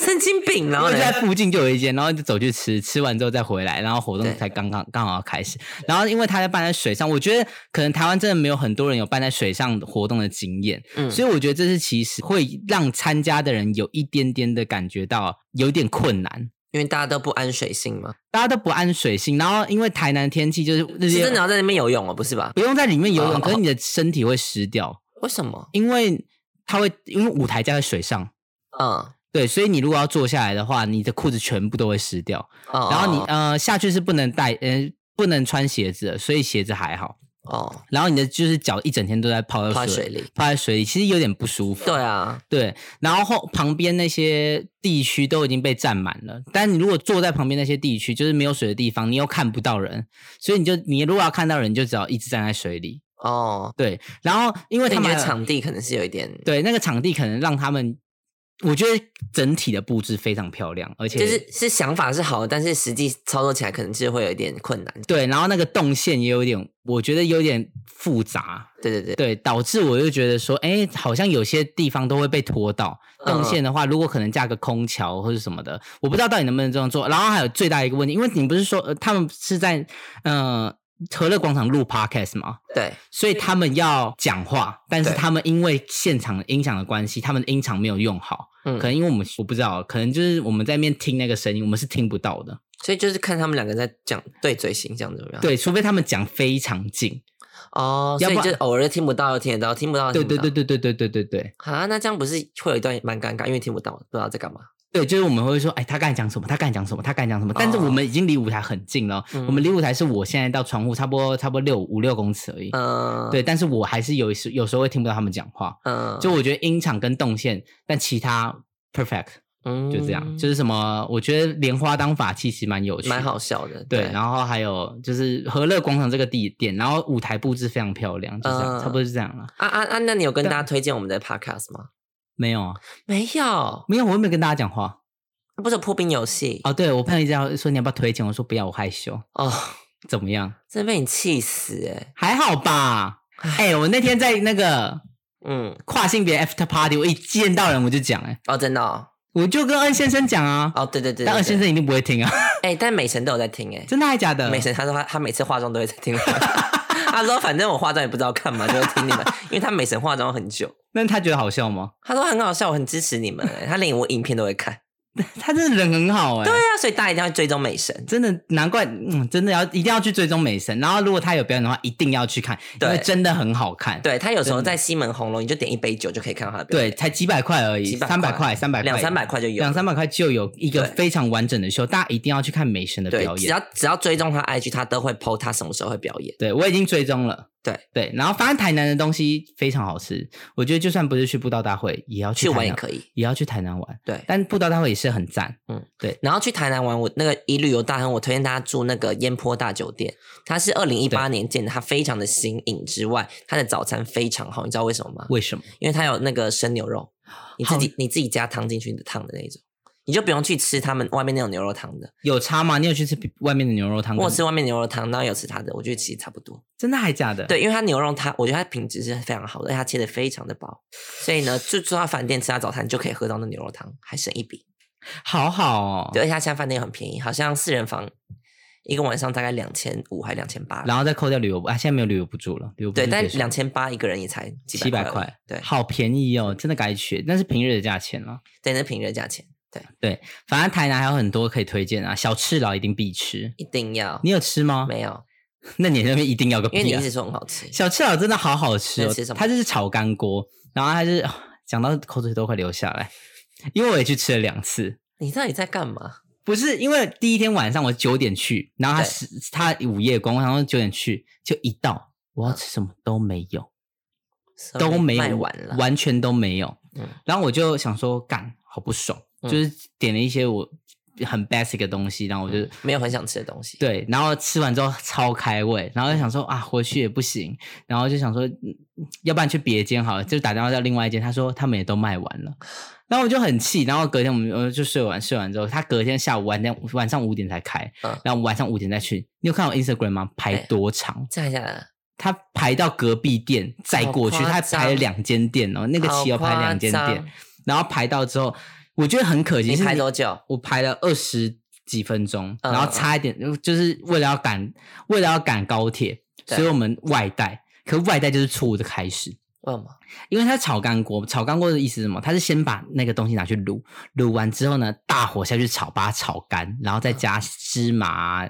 Speaker 2: 神经病，
Speaker 1: 然
Speaker 2: 然后
Speaker 1: 后就
Speaker 2: 呢？
Speaker 1: 在附近就有一间，然后就走去吃，吃完之后再回来，然后活
Speaker 2: 对
Speaker 1: 动才刚刚刚好要开始。然后因为他在办在水上，我觉得可能台湾真的没有很多人有办在水上活动的经验，
Speaker 2: 嗯
Speaker 1: 所以我觉得这是其实会让参加的人有一点点的感觉到有点困难。
Speaker 2: 因为大家都不安水性嘛，
Speaker 1: 大家都不按水性，然后因为台南天气就是那
Speaker 2: 是
Speaker 1: 些
Speaker 2: 真的要在那边游泳哦，不是吧？
Speaker 1: 不用在里面游
Speaker 2: 哦
Speaker 1: 泳，可是你的身体会湿掉。
Speaker 2: 为什么？
Speaker 1: 因为它会因为舞台架在水上，
Speaker 2: 嗯，
Speaker 1: 对，所以你如果要坐下来的话，你的裤子全部都会湿掉。
Speaker 2: 哦
Speaker 1: 然后你
Speaker 2: 哦
Speaker 1: 呃下去是不能带，呃不能穿鞋子的，所以鞋子还好。
Speaker 2: 哦，
Speaker 1: 然后你的就是脚一整天都在泡
Speaker 2: 泡
Speaker 1: 在
Speaker 2: 在
Speaker 1: 水
Speaker 2: 水里，
Speaker 1: 泡在水里，其实有点不舒服。
Speaker 2: 对啊，
Speaker 1: 对，然后后旁边那些地区都已经被占满了，但你如果坐在旁边那些地区，就是没有水的地方，你又看不到人，所以你就你如果要看到人，你就只好一直站在水里。
Speaker 2: 哦，
Speaker 1: 对，然后因为
Speaker 2: 所以
Speaker 1: 他
Speaker 2: 你
Speaker 1: 们还
Speaker 2: 觉得
Speaker 1: 有
Speaker 2: 场地可能是有一点，
Speaker 1: 对，那个场地可能让他们，我觉得整体的布置非常漂亮，而且
Speaker 2: 就是是想法是好的，但是实际操作起来可能是会有一点困难。
Speaker 1: 对，然后那个动线也有点，我觉得有点复杂，
Speaker 2: 对对对，
Speaker 1: 对，导致我就觉得说，哎，好像有些地方都会被拖到。
Speaker 2: 嗯
Speaker 1: 动线的话，如果可能架个空桥或者什么的，我不知道到底能不能这样做。然后还有最大一个问题，因为你不是说、呃、他们是在呃和乐广场录 podcast 吗？
Speaker 2: 对，
Speaker 1: 所以他们要讲话，但是
Speaker 2: 对
Speaker 1: 他们因为现场音响的关系，他们的音场没有用好，
Speaker 2: 嗯
Speaker 1: 可能因为我们我不知道，可能就是我们在面听那个声音，我们是听不到的，
Speaker 2: 所以就是看他们两个在讲对嘴型这样怎么样？
Speaker 1: 对，除非他们讲非常近，
Speaker 2: 哦，所以
Speaker 1: 要不
Speaker 2: 就
Speaker 1: 然
Speaker 2: 偶尔听不到又听得到，听不到又
Speaker 1: 对
Speaker 2: 啊听不
Speaker 1: 对
Speaker 2: 到
Speaker 1: 对对对对对对对
Speaker 2: 啊，那这样不是会有一段蛮尴尬，因为听不到，不知道在干嘛。
Speaker 1: 对，就是我们会说，哎，他刚才讲什么？他刚才讲什么？他刚才讲什么？但是
Speaker 2: 哦
Speaker 1: 我们已经离舞台很近了，
Speaker 2: 嗯
Speaker 1: 我们离舞台是我现在到窗户差不多差不多六五六公尺而已，
Speaker 2: 嗯，
Speaker 1: 对，，但是我还是有时有时候会听不到他们讲话，
Speaker 2: 嗯，
Speaker 1: 就我觉得音场跟动线，但其他 perfect。就这样，就是什么，我觉得莲花当法器其实蛮有趣，
Speaker 2: 嗯蛮。好笑的。
Speaker 1: 对，然后还有就是和乐广场这个地点，然后舞台布置非常漂亮，就这样，
Speaker 2: 嗯
Speaker 1: 差不多是这样了。
Speaker 2: 啊啊啊！那你有跟大家推荐我们的 podcast 吗？
Speaker 1: 没有啊，
Speaker 2: 没有，
Speaker 1: 没有，我又没有跟大家讲话。
Speaker 2: 不是有破冰游戏
Speaker 1: 哦，对我朋友一直要说你要不要推荐，我说不要，我害羞。
Speaker 2: 哦，
Speaker 1: 怎么样？
Speaker 2: 真被你气死哎、
Speaker 1: 还好吧？哎、我那天在那个
Speaker 2: 嗯，
Speaker 1: 跨性别 after party，我一见到人我就讲、哎，
Speaker 2: 哦，真的哦，
Speaker 1: 我就跟恩先生讲啊，
Speaker 2: 哦，对对对对
Speaker 1: 但恩先
Speaker 2: 对
Speaker 1: 生一定不会听啊，
Speaker 2: 哎、但美晨都有在听哎、
Speaker 1: 真的还假的？
Speaker 2: 美晨他说他他每次化妆都会在听我 们，他说反正我化妆也不知道干嘛，就会 听你们，因为他美晨化妆很久。
Speaker 1: 那他觉得好笑吗？
Speaker 2: 他说很好笑，我很支持你们、哎他连我影片都会看。
Speaker 1: 他真的人很好哎、
Speaker 2: 对啊，所以大家一定要追踪美神。
Speaker 1: 真的难怪，嗯，真的要一定要去追踪美神。然后如果他有表演的话，一定要去看，因为
Speaker 2: 对
Speaker 1: 真的很好看。
Speaker 2: 对他有时候在西门红楼，你就点一杯酒就可以看到他的表
Speaker 1: 对，
Speaker 2: 演，
Speaker 1: 才几百块而已，
Speaker 2: 几
Speaker 1: 三百块、三百块、
Speaker 2: 两三百块就有
Speaker 1: 两。三百块就有一个
Speaker 2: 对
Speaker 1: 非常完整的秀，大家一定要去看美神的
Speaker 2: 对
Speaker 1: 表，
Speaker 2: 只
Speaker 1: 演。
Speaker 2: 要只要追踪他 IG，他都会 PO 他什么时候会表演。
Speaker 1: 对我已经追踪了。
Speaker 2: 对
Speaker 1: 对，然后发现台南的东西非常好吃，我觉得就算不是去布道大会，也要
Speaker 2: 去
Speaker 1: 台
Speaker 2: 玩也
Speaker 1: 南
Speaker 2: 可以。
Speaker 1: 也要去台南玩。
Speaker 2: 对
Speaker 1: 但布道大会也是很赞。
Speaker 2: 然后去台南玩，我那个一旅游大亨，我推荐大家住那个烟坡大酒店，它是二零一八年建的，它非常的新颖之外，它的早餐非常好，你知道为什么吗？
Speaker 1: 为什么？
Speaker 2: 因为它有那个生牛肉，你自
Speaker 1: 好
Speaker 2: 己你自己加汤进去的烫的那一种，你就不用去吃他们外面那种牛肉汤的。
Speaker 1: 有差吗？你有去吃外面的牛肉汤吗？
Speaker 2: 我有吃外面牛肉汤，然后有吃它的，我觉得其实差不多。
Speaker 1: 真的还假的？，
Speaker 2: 对，因为它牛肉它，我觉得它品质是非常好的，而且它切的非常的薄，所以呢，就住到饭店吃它早餐就可以喝到那牛肉汤，还省一笔。
Speaker 1: 好好哦。
Speaker 2: 对，而且它现在饭店很便宜，好像四人房一个晚上大概两千五还两千八，
Speaker 1: 然后再扣掉旅游，啊，现在没有旅游补助了，旅游补助
Speaker 2: 对，但
Speaker 1: 结束了
Speaker 2: 两千八一个人也才几
Speaker 1: 七百
Speaker 2: 而已
Speaker 1: 块，
Speaker 2: 对
Speaker 1: 好便宜哦，真的该去，那是平日的价钱了。
Speaker 2: 对，那平日价钱，对，
Speaker 1: 反正台南还有很多可以推荐啊，小赤佬一定必吃。
Speaker 2: 一定要
Speaker 1: 你有吃吗？
Speaker 2: 没有，
Speaker 1: 那你那边一定要个
Speaker 2: 因为你
Speaker 1: 屁
Speaker 2: 一
Speaker 1: 啊！
Speaker 2: 直说很好吃，
Speaker 1: 小赤佬真的好好吃哦
Speaker 2: 那吃什，么
Speaker 1: 它就是炒干锅，然后它就是哦讲到口水都快流下来，因为我也去吃了两次。
Speaker 2: 你到底在干嘛？
Speaker 1: 不是因为第一天晚上我九点去，然后他
Speaker 2: 对
Speaker 1: 十他午夜光，然后九点去就一到，我要吃什么都没有。都没
Speaker 2: 嗯卖
Speaker 1: 有
Speaker 2: 完了，
Speaker 1: 完全都没有。
Speaker 2: 嗯
Speaker 1: 然后我就想说，干，好不爽，
Speaker 2: 嗯
Speaker 1: 就是点了一些我很 basic 的东西，然后我就、
Speaker 2: 嗯没有很想吃的东西，
Speaker 1: 对，然后吃完之后超开胃，然后就想说啊，回去也不行，然后就想说，嗯要不然去别间好了，就打电话到另外一间，他说他们也都卖完了，然后我就很气，然后隔天我们我就睡完，睡完之后，他隔天下午晚点晚上五点才开，
Speaker 2: 嗯
Speaker 1: 然后晚上五点再去，你有看我 Instagram 吗？排
Speaker 2: 哎
Speaker 1: 多长？
Speaker 2: 这样下来
Speaker 1: 他排到隔壁店再过去，
Speaker 2: 好
Speaker 1: 他
Speaker 2: 夸张
Speaker 1: 排了两间店哦，那个棋有排两间，
Speaker 2: 好夸
Speaker 1: 店
Speaker 2: 张，
Speaker 1: 然后排到之后，我觉得很可惜，
Speaker 2: 你
Speaker 1: 是
Speaker 2: 排多久？
Speaker 1: 我排了二十几分钟，
Speaker 2: 嗯
Speaker 1: 然后差一点，就是为了要赶，为了要赶高铁，
Speaker 2: 对
Speaker 1: 所以我们外带，可外带就是错误的开始，
Speaker 2: 为什么？
Speaker 1: 因为它炒干锅，炒干锅的意思是什么？它是先把那个东西拿去卤，卤完之后呢，大火下去炒，把它炒干，然后
Speaker 2: 嗯
Speaker 1: 再加芝麻、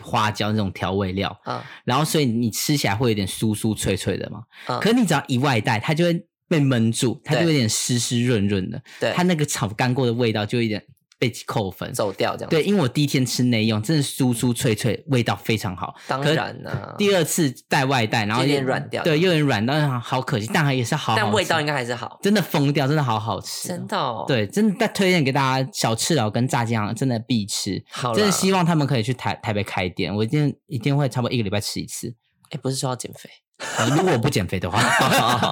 Speaker 1: 花椒那种调味料，
Speaker 2: 嗯
Speaker 1: 然后所以你吃起来会有点酥酥脆脆的嘛。
Speaker 2: 嗯，
Speaker 1: 可你只要一外带，它就会被闷住，它就
Speaker 2: 对
Speaker 1: 有点湿湿润润的，
Speaker 2: 对
Speaker 1: 它，那个炒干锅的味道就有点被扣分。
Speaker 2: 走掉这样，
Speaker 1: 对，，因为我第一天吃内用，真的酥酥脆脆，味道非常好。
Speaker 2: 当
Speaker 1: 可
Speaker 2: 然啊啦，
Speaker 1: 第二次带外带，然后
Speaker 2: 有
Speaker 1: 又
Speaker 2: 点嗯软掉嗯
Speaker 1: 对，又有点软，但是好可惜，但还也是好好吃，
Speaker 2: 但味道应该还是好，
Speaker 1: 真的疯掉，真的好好吃，
Speaker 2: 真的哦，
Speaker 1: 对，真的推荐给大家小赤佬跟炸鸡行真的必吃，
Speaker 2: 好啦，
Speaker 1: 真的希望他们可以去台台北开店，我一定一定会差不多一个礼拜吃一 次。
Speaker 2: 哎，不是说要减 肥。
Speaker 1: 如果我不减肥的话，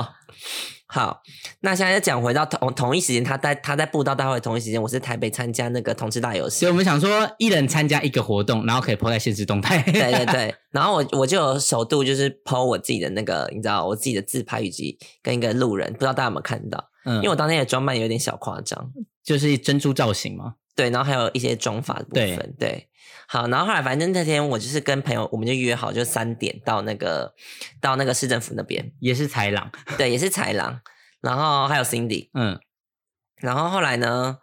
Speaker 2: 好，那现在再讲回到同同一时间，他在他在布道大会的同一时间，我是台北参加那个同志大游
Speaker 1: 所
Speaker 2: 戏
Speaker 1: 以。我们想说，一人参加一个活动，然后可以抛在现实动态。
Speaker 2: 对对对，然后我我就有首度就是 PO 我自己的那个，你知道我自己的自拍以及跟一个路人，不知道大家有没有看到？
Speaker 1: 嗯，
Speaker 2: 因为我当天的装扮有点小夸张，
Speaker 1: 就是珍珠造型嘛。
Speaker 2: 对，然后还有一些妆发的部
Speaker 1: 对
Speaker 2: 分，对。好，然后后来反正那天我就是跟朋友，我们就约好，就三点到那个到那个市政府那边，
Speaker 1: 也是豺狼，
Speaker 2: 对，也是豺狼，然后还有 Cindy，
Speaker 1: 嗯
Speaker 2: 然后后来呢，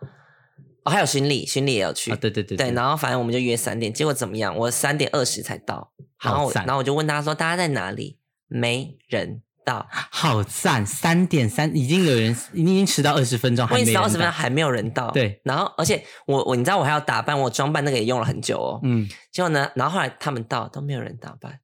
Speaker 2: 哦，还有巡礼，巡礼也有去，
Speaker 1: 啊，对对对
Speaker 2: 对，然后反正我们就约三点，结果怎么样？我三点二十才到，然
Speaker 1: 好
Speaker 2: 后我
Speaker 1: 赞
Speaker 2: 然后我就问他说大家在哪里？没人到，
Speaker 1: 好赞，三点三已经有人，已经迟到二十分钟，哦还
Speaker 2: 我已
Speaker 1: 没
Speaker 2: 经
Speaker 1: 人
Speaker 2: 到二十分
Speaker 1: 到，
Speaker 2: 钟还没有人到，
Speaker 1: 对，
Speaker 2: 然后而且我我你知道我还要打扮，我装扮那个也用了很久哦，
Speaker 1: 嗯，
Speaker 2: 结果呢，然后后来他们到都没有人打扮。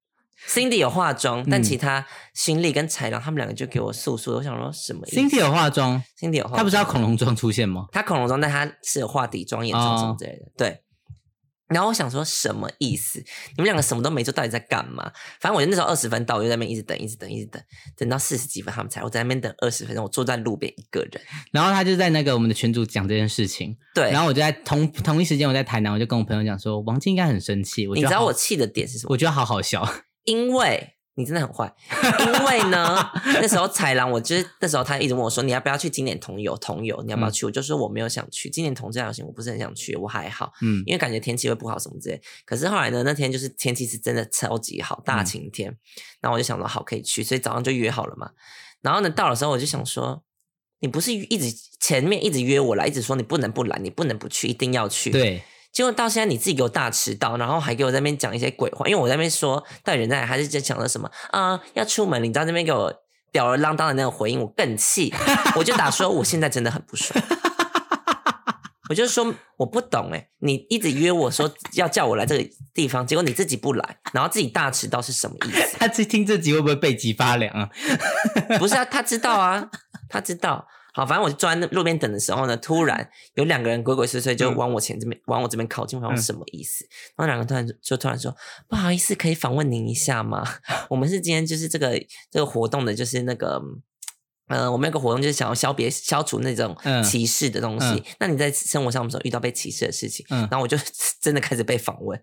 Speaker 2: Cindy 有化妆，但
Speaker 1: 嗯
Speaker 2: 其他新力跟豺狼他们两个就给我诉说，我想说什么意思
Speaker 1: Cindy 有化妆，
Speaker 2: Cindy 有化妆，
Speaker 1: 她不是要恐龙妆出现吗？
Speaker 2: 他恐龙妆，但他是有画底妆、眼妆
Speaker 1: 哦
Speaker 2: 什么之类的。对。然后我想说什么意思？你们两个什么都没做，到底在干嘛？反正我就那时候二十分到，我就在那边一直等，一直等，一直等，等到四十几分他们才，我在那边等二十分钟，我坐在路边一个人。
Speaker 1: 然后她就在那个我们的群组讲这件事情，
Speaker 2: 对，
Speaker 1: 然后我就在同同一时间我在台南，我就跟我朋友讲说，王静应该很生气，我
Speaker 2: 你
Speaker 1: 觉
Speaker 2: 知
Speaker 1: 得
Speaker 2: 道
Speaker 1: 好
Speaker 2: 我，气的点是什么？
Speaker 1: 我觉得好好笑，
Speaker 2: 因为你真的很坏，因为呢，那时候豺狼，我就是那时候他一直问我说，你要不要去今年同游？同游你要不要去？我就说我没有想去，今年同这样行，我不是很想去，我还好。
Speaker 1: 嗯
Speaker 2: 因为感觉天气会不好什么之类。可是后来呢，那天就是天气是真的超级好，大晴天。然后我就想说好可以去，所以早上就约好了嘛。然后呢，到的时候我就想说，你不是一直前面一直约我来，一直说你不能不来，你不能不去， 一定要去。，
Speaker 1: 对，
Speaker 2: 结果到现在你自己给我大迟到，然后还给我在那边讲一些鬼话，因为我在那边说到底人在哪，还是在讲了什么啊、要出门，你到那边给我吊儿郎当的那种回应，我更气，我就打说我现在真的很不爽。我就说我不懂哎、你一直约我说要叫我来这个地方，结果你自己不来，然后自己大迟到是什么意思？
Speaker 1: 他自听这集会不会背脊发凉啊？
Speaker 2: 不是啊，他知道啊， 他知道。好，反正我就坐在那路边等的时候呢，突然有两个人鬼鬼祟祟就
Speaker 1: 嗯
Speaker 2: 往我前这边、往我这边靠近，我
Speaker 1: 嗯
Speaker 2: 想说什么意思？然后两个突然就就突然说：“不好意思，可以访问您一 下吗？我们是今天就是这个这个活动的，就是那个。”呃，我们有个活动就是想要消别消除那种
Speaker 1: 嗯
Speaker 2: 歧视的东西。
Speaker 1: 嗯
Speaker 2: 那你在生活上有没有遇到被歧视的事情？
Speaker 1: 嗯
Speaker 2: 然后我就 真的开始被访问。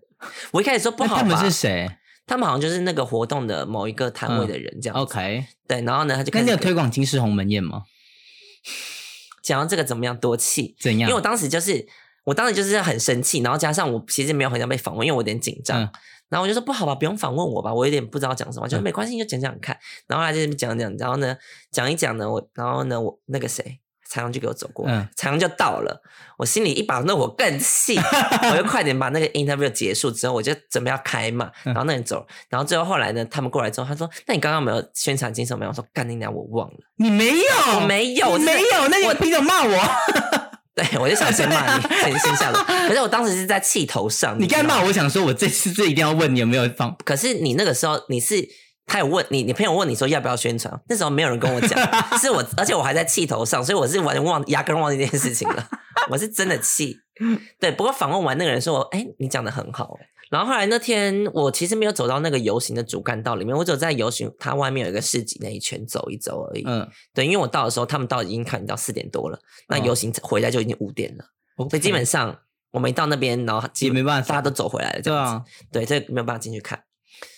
Speaker 2: 我一开始说不
Speaker 1: 那
Speaker 2: 好吧，
Speaker 1: 他们是谁
Speaker 2: 他们好像就是那个活动的某一个摊位的人这样子。
Speaker 1: ？OK，
Speaker 2: 对，然后呢，他就
Speaker 1: 那
Speaker 2: 开
Speaker 1: 你
Speaker 2: 始
Speaker 1: 有推广金氏鸿门宴吗？
Speaker 2: 讲到这个怎么样多气，
Speaker 1: 怎
Speaker 2: 因
Speaker 1: 样？
Speaker 2: 为我当时就是我当时就是很生气，然后加上我其实没有很想被访问，因为我有点紧张。
Speaker 1: 嗯
Speaker 2: 然后我就说不好吧，不用访问我吧，我有点不知道讲什么，就说没关系，你就讲讲看。然后他就在那边讲讲，然后呢讲一讲呢，我然后呢我那个谁彩虹就给我走过，
Speaker 1: 嗯
Speaker 2: 彩虹就到了，我心里一把那我 更气，我就快点把那个 interview 结束之后，我就准备要开骂，
Speaker 1: 嗯
Speaker 2: 然后那人走了，然后最后后来呢，他们过来之后，他说那你刚刚有没有宣传金什么？我说干你娘，我忘了，
Speaker 1: 你没有，
Speaker 2: 我没有，我
Speaker 1: 你
Speaker 2: 真的
Speaker 1: 哦没有，那
Speaker 2: 我
Speaker 1: 你凭什么骂我？
Speaker 2: 对，我就想先 骂你，先先下楼。可是我当时是在气头上，
Speaker 1: 你刚才骂
Speaker 2: 我。
Speaker 1: 我，想说我这次这一定要问你有没有放，
Speaker 2: 可是你那个时候你是他有问你，你朋友问你说要不要宣传，那时候没有人跟我讲，是我，而且我还在气头上，所以我是完全忘，压根忘记这件事情了。 我是真的气。对，不过访问完那个人说，哎、你讲的很好、哎。然后后来那天我其实没有走到那个游行的主干道里面，我只有在游行它外面有一个市集那一圈走一走而已。
Speaker 1: 嗯，
Speaker 2: 对，因为我到的时候，他们到已经看到四点多了，那
Speaker 1: 哦
Speaker 2: 游行回来就已经五点了。所以基本上我们一到那边，然后基
Speaker 1: 也
Speaker 2: 本
Speaker 1: 没办
Speaker 2: 大
Speaker 1: 法，
Speaker 2: 家都走回来了，这
Speaker 1: 对
Speaker 2: 样
Speaker 1: 啊
Speaker 2: 子，，对，这没有办法进去看，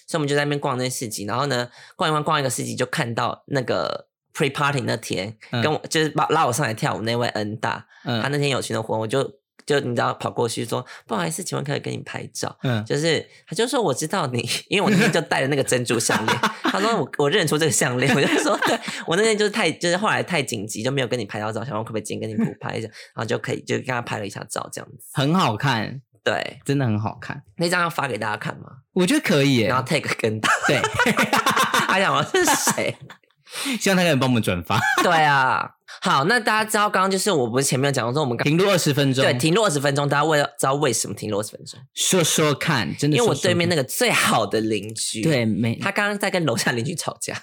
Speaker 2: 所以我们就在那边逛那些市集，然后呢，逛一逛逛一个市集，就看到那个 pre party 那天、
Speaker 1: 嗯
Speaker 2: 跟我就是拉拉我上来跳舞那位恩大，他
Speaker 1: 嗯
Speaker 2: 那天有群的活动，我就就你知道跑过去说，不好意思，请问可以跟你拍照？
Speaker 1: 嗯，
Speaker 2: 就是他就说我知道你， 因为我那天就戴了那个珍珠项链，他说我我认出这个项链，我就说对我那天就是太就是后来太紧急就没有跟你拍到照，想说可不可以今天跟你补拍一下，然后就可以就跟他拍了一下照这样子。
Speaker 1: 很好看，
Speaker 2: 对，
Speaker 1: 真的很好看，
Speaker 2: 那张要发给大家看吗？
Speaker 1: 我觉得可以耶
Speaker 2: 然，后 take 跟他，
Speaker 1: 对，
Speaker 2: 他想我这是谁？
Speaker 1: 希望他可以帮我们转 发，
Speaker 2: 对啊，好，那大家知道刚刚就是我不是前面有讲过说我们刚。
Speaker 1: 停留二十分钟，
Speaker 2: 对，停落二十分钟，大家为了知道为什么停落二十分钟？
Speaker 1: 说说看，真的
Speaker 2: 因为
Speaker 1: 说说看，
Speaker 2: 我对面那个最好的邻居，
Speaker 1: 对没
Speaker 2: 他刚刚在跟楼下邻居吵 架，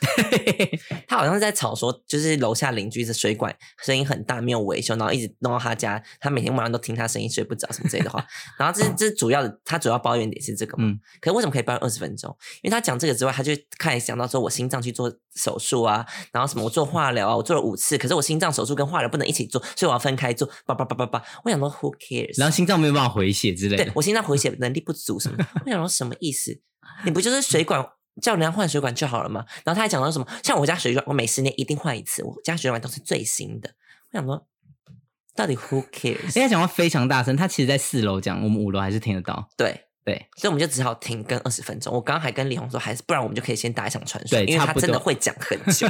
Speaker 2: 他好像是在吵说，就是楼下邻居的水管声音很大，没有维修，然后一直弄到他家，他每天晚上都听他声音睡不着什么之类 的话。然后这是这是主要的，他主要抱怨点是这个嘛。
Speaker 1: 嗯
Speaker 2: 可是为什么可以抱怨二十分钟？因为他讲这个之外，他就开始讲到说我心脏去做手术啊，然后什么我做化疗啊，我做了五次，可是我心脏手术跟化疗不能一起做，所以我要分开做。叭叭叭叭叭，我想说 who cares？
Speaker 1: 然后心脏没有办法回血之类
Speaker 2: 对
Speaker 1: 的，
Speaker 2: 我心脏回血能力不足什么的，我想说什么意思？你不就是水管叫人家换水管就好了吗？然后他还讲到什么，像我家水管，我每十年一定换一次，我家水管都是最新的。我想说，到底 who
Speaker 1: 因
Speaker 2: cares？
Speaker 1: 为他讲话非常大声，他其实在四楼讲，我们五楼还是听得到，
Speaker 2: 对。
Speaker 1: 对，
Speaker 2: 所以我们就只好停更二十分钟。我刚刚还跟李红说，还是不然我们就可以先打一场传说，
Speaker 1: 对
Speaker 2: 因为他
Speaker 1: 差不多
Speaker 2: 真的会讲很 久。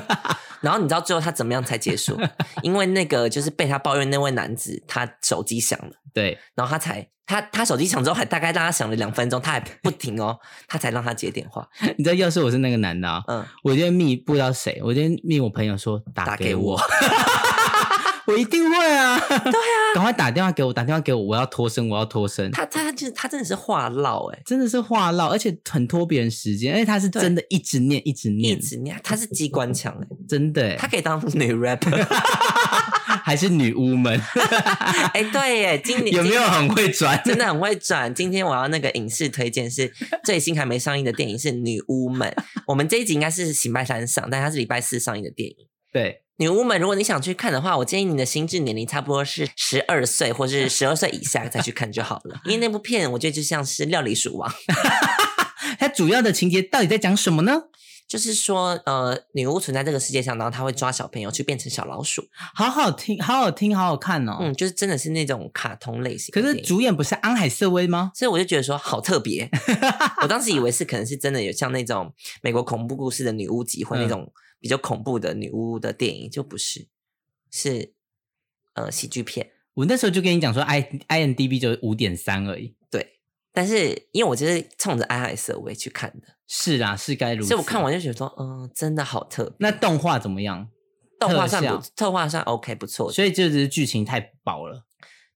Speaker 2: 然后你知道最后他怎么样才结束？因为那个就是被他抱怨那位男子，他手机响了。
Speaker 1: 对，
Speaker 2: 然后他才他他手机响之后，还大概让他响了两分钟，他还 不停哦，他才让他接电话。
Speaker 1: 你知道，要是我是那个男的啊，
Speaker 2: 嗯，
Speaker 1: 我今天密不知道谁，我今天密我朋友说打
Speaker 2: 打
Speaker 1: 给
Speaker 2: 给
Speaker 1: 我，
Speaker 2: 我
Speaker 1: 我一定会啊，对啊，赶快打电话给我，打电话给我，我要脱身，我要脱身。
Speaker 2: 他他他就是他真的是话唠哎、
Speaker 1: 真的是话唠，而且很拖别人时间，而且他是
Speaker 2: 对
Speaker 1: 真的一直念一直
Speaker 2: 一
Speaker 1: 念，
Speaker 2: 直念他是机关枪哎、
Speaker 1: 真的耶，欸
Speaker 2: 他可以当 女 rapper
Speaker 1: 还是女巫们
Speaker 2: 哎、对哎，今年
Speaker 1: 有没有？
Speaker 2: 今
Speaker 1: 很会 转？
Speaker 2: 真的很会转。今天我要那个影视推 荐是最新还没上映的电影是《女巫们》，我们这一集应该是礼拜三上，但它是礼拜四上映的电影。
Speaker 1: 对，
Speaker 2: 女巫们，如果你想去看的话，我建议你的心智年龄差不多是十二岁或是十二岁以下再去看就好了，因为那部片我觉得就像是《料理鼠王》，
Speaker 1: 它主要的情节到底在讲什么呢？
Speaker 2: 就是说，呃，女巫存在这个世界上，然后她会抓小朋友去变成小老鼠，
Speaker 1: 好好听，好好听，好好看哦。
Speaker 2: 嗯，就是真的是那种卡通类型
Speaker 1: 可
Speaker 2: 的电
Speaker 1: 是
Speaker 2: 影。
Speaker 1: 主演不是安海瑟薇吗？
Speaker 2: 所以我就觉得说好 特别，我当时以为是可能是真的有像那种美国恐怖故事的女巫集会
Speaker 1: 嗯
Speaker 2: 那种比较恐怖的女巫的电影，就不是。是呃喜剧片，
Speaker 1: 我那时候就跟你讲说，i i n d b 就五点三而已。
Speaker 2: 对。但是因为我就是冲着爱海瑟薇去看的，
Speaker 1: 是啦，是该如此。
Speaker 2: 所以我看完就觉得说，嗯、真的好特别。
Speaker 1: 那动画怎么样？
Speaker 2: 动画算
Speaker 1: 特
Speaker 2: 不
Speaker 1: 效
Speaker 2: 特画算 OK 不错，
Speaker 1: 所以就只是剧情太饱了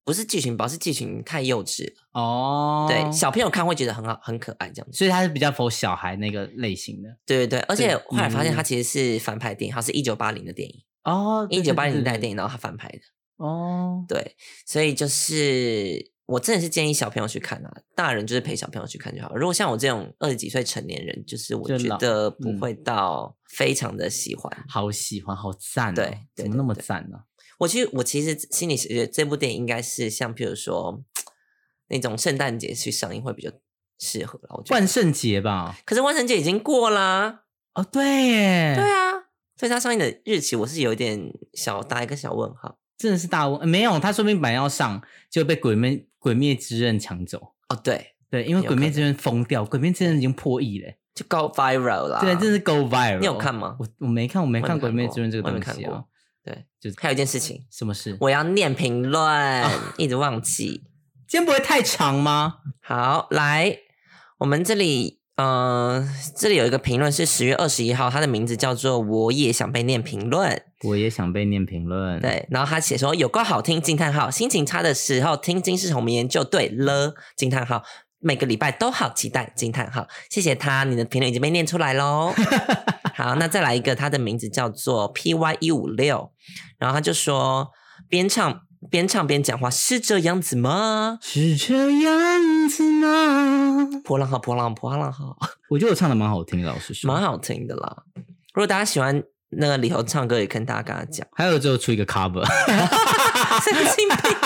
Speaker 2: 不是剧情包，是剧情太幼稚了。
Speaker 1: 哦。
Speaker 2: 对，小朋友看会觉得很好，很可爱这样子。
Speaker 1: 所以它是比较否小孩那个类型的
Speaker 2: 对对对，而且
Speaker 1: 对
Speaker 2: 后来发
Speaker 1: 嗯
Speaker 2: 现它其实是翻拍电影，它是一九八零的电影，
Speaker 1: 哦。对
Speaker 2: 一九八零年代
Speaker 1: 对
Speaker 2: 的
Speaker 1: 对
Speaker 2: 电影，然后它翻拍的。
Speaker 1: 哦，
Speaker 2: 对，所以就是我真的是建议小朋友去看啊，大人就是陪小朋友去看就好了。如果像我这种二十几岁成年人，就是我
Speaker 1: 就
Speaker 2: 觉
Speaker 1: 老
Speaker 2: 得不
Speaker 1: 嗯
Speaker 2: 会到非常的喜欢。
Speaker 1: 好喜欢，好赞哦！
Speaker 2: 对对
Speaker 1: 怎么那么
Speaker 2: 对对
Speaker 1: 赞呢？
Speaker 2: 我其实我其实心里是觉得这部电影应该是像譬如说那种圣诞节去上映会比较适合了，我觉
Speaker 1: 万
Speaker 2: 得。
Speaker 1: 圣节吧？
Speaker 2: 可是万圣节已经过啦，
Speaker 1: 哦，对耶，
Speaker 2: 对啊，所以它上映的日期我是有一点小打一个小问号。
Speaker 1: 真的是大问，呃没有，他说不定本来要上，就被鬼灭鬼灭之刃抢走。
Speaker 2: 哦，对，
Speaker 1: 对，因为
Speaker 2: 有
Speaker 1: 鬼灭
Speaker 2: 可
Speaker 1: 之刃疯掉，鬼灭之刃已经破亿嘞。
Speaker 2: 就高 viral 啦。
Speaker 1: 对，这啊是 go viral。
Speaker 2: 啊你有看吗
Speaker 1: 我我没看，我没
Speaker 2: 我也
Speaker 1: 看《
Speaker 2: 没
Speaker 1: 鬼
Speaker 2: 看
Speaker 1: 灭
Speaker 2: 过
Speaker 1: 之刃》这个
Speaker 2: 我也
Speaker 1: 东
Speaker 2: 没
Speaker 1: 西
Speaker 2: 看
Speaker 1: 啊
Speaker 2: 过。对，
Speaker 1: 就是
Speaker 2: 还有一件事情，
Speaker 1: 什么事？
Speaker 2: 我要念评论，
Speaker 1: 哦
Speaker 2: 一直忘记。
Speaker 1: 今天不会太长吗？
Speaker 2: 好，来，我们这里，呃，这里有一个评论是十月二十一号，他的名字叫做“我也想被念评论”。
Speaker 1: 我也想被念评论。，
Speaker 2: 对，然后他写说有够好听惊叹号，心情差的时候听金氏红棉就对了惊叹号，每个礼拜都好期待惊叹号，谢谢他，你的评论已经被念出来喽。好，那再来一个，他的名字叫做 P Y 一五六，然后他就说边唱边唱边讲话是这样子吗？
Speaker 1: 是这样子吗？
Speaker 2: 波浪号波浪波浪号，
Speaker 1: 我觉得我唱的蛮好听的，老实说。
Speaker 2: 蛮好听的啦。如果大家喜欢那个李头唱歌，也跟大家跟他讲。
Speaker 1: 还有就出一个 cover，
Speaker 2: 神经病。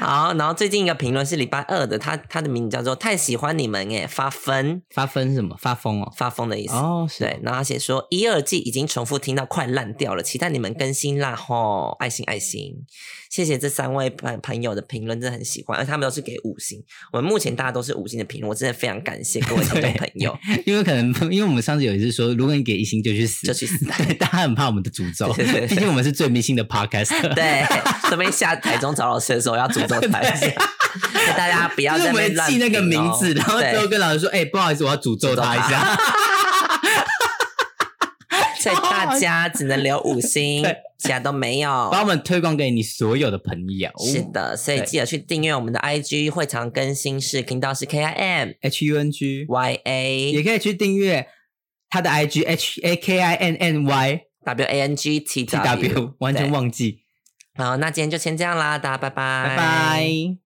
Speaker 2: 好，然后最近一个评论是礼拜二的，他他的名字叫做“太喜欢你们耶”，发疯
Speaker 1: 发疯是什么？发疯哦。
Speaker 2: 发疯的意思。
Speaker 1: 哦，是
Speaker 2: 对，然后他写说一二季已经重复听到快烂掉了，期待你们更新啦吼！爱心爱心，谢谢这三位朋朋友的评论，真的很喜欢，而他们都是给五星。我们目前大家都是五星的评论，我真的非常感谢各位听众朋友，
Speaker 1: 因为可能因为我们上次有一次说，如果你给一星就去死，
Speaker 2: 就去 死
Speaker 1: 对， 大家很怕我们的诅咒，
Speaker 2: 对对对
Speaker 1: 毕竟我们是最迷信的 podcast。
Speaker 2: 对，顺便下台中找老师的时候要诅咒他 一下，大家不要
Speaker 1: 就是
Speaker 2: 在
Speaker 1: 我
Speaker 2: 那
Speaker 1: 们
Speaker 2: 边乱
Speaker 1: 记那个
Speaker 2: 评
Speaker 1: 名
Speaker 2: 哦
Speaker 1: 字，然后
Speaker 2: 对
Speaker 1: 之后跟老师说：“哎、不好意思，我要诅咒他一下。
Speaker 2: 所以大家只能留五星
Speaker 1: 对，
Speaker 2: 其他都没”有
Speaker 1: 把。我们推广给你所有的朋友。
Speaker 2: 是的，所以
Speaker 1: 对
Speaker 2: 记得去订阅我们的 IG，会常更新是频道是 K I M
Speaker 1: ，H U N G，
Speaker 2: Y
Speaker 1: 也
Speaker 2: A
Speaker 1: 可以去订阅他的 I G H A K I N N Y
Speaker 2: W A N G T
Speaker 1: T W，
Speaker 2: W。
Speaker 1: 完全忘记。
Speaker 2: 好，那今天就先这样啦，大家拜拜，
Speaker 1: 拜拜。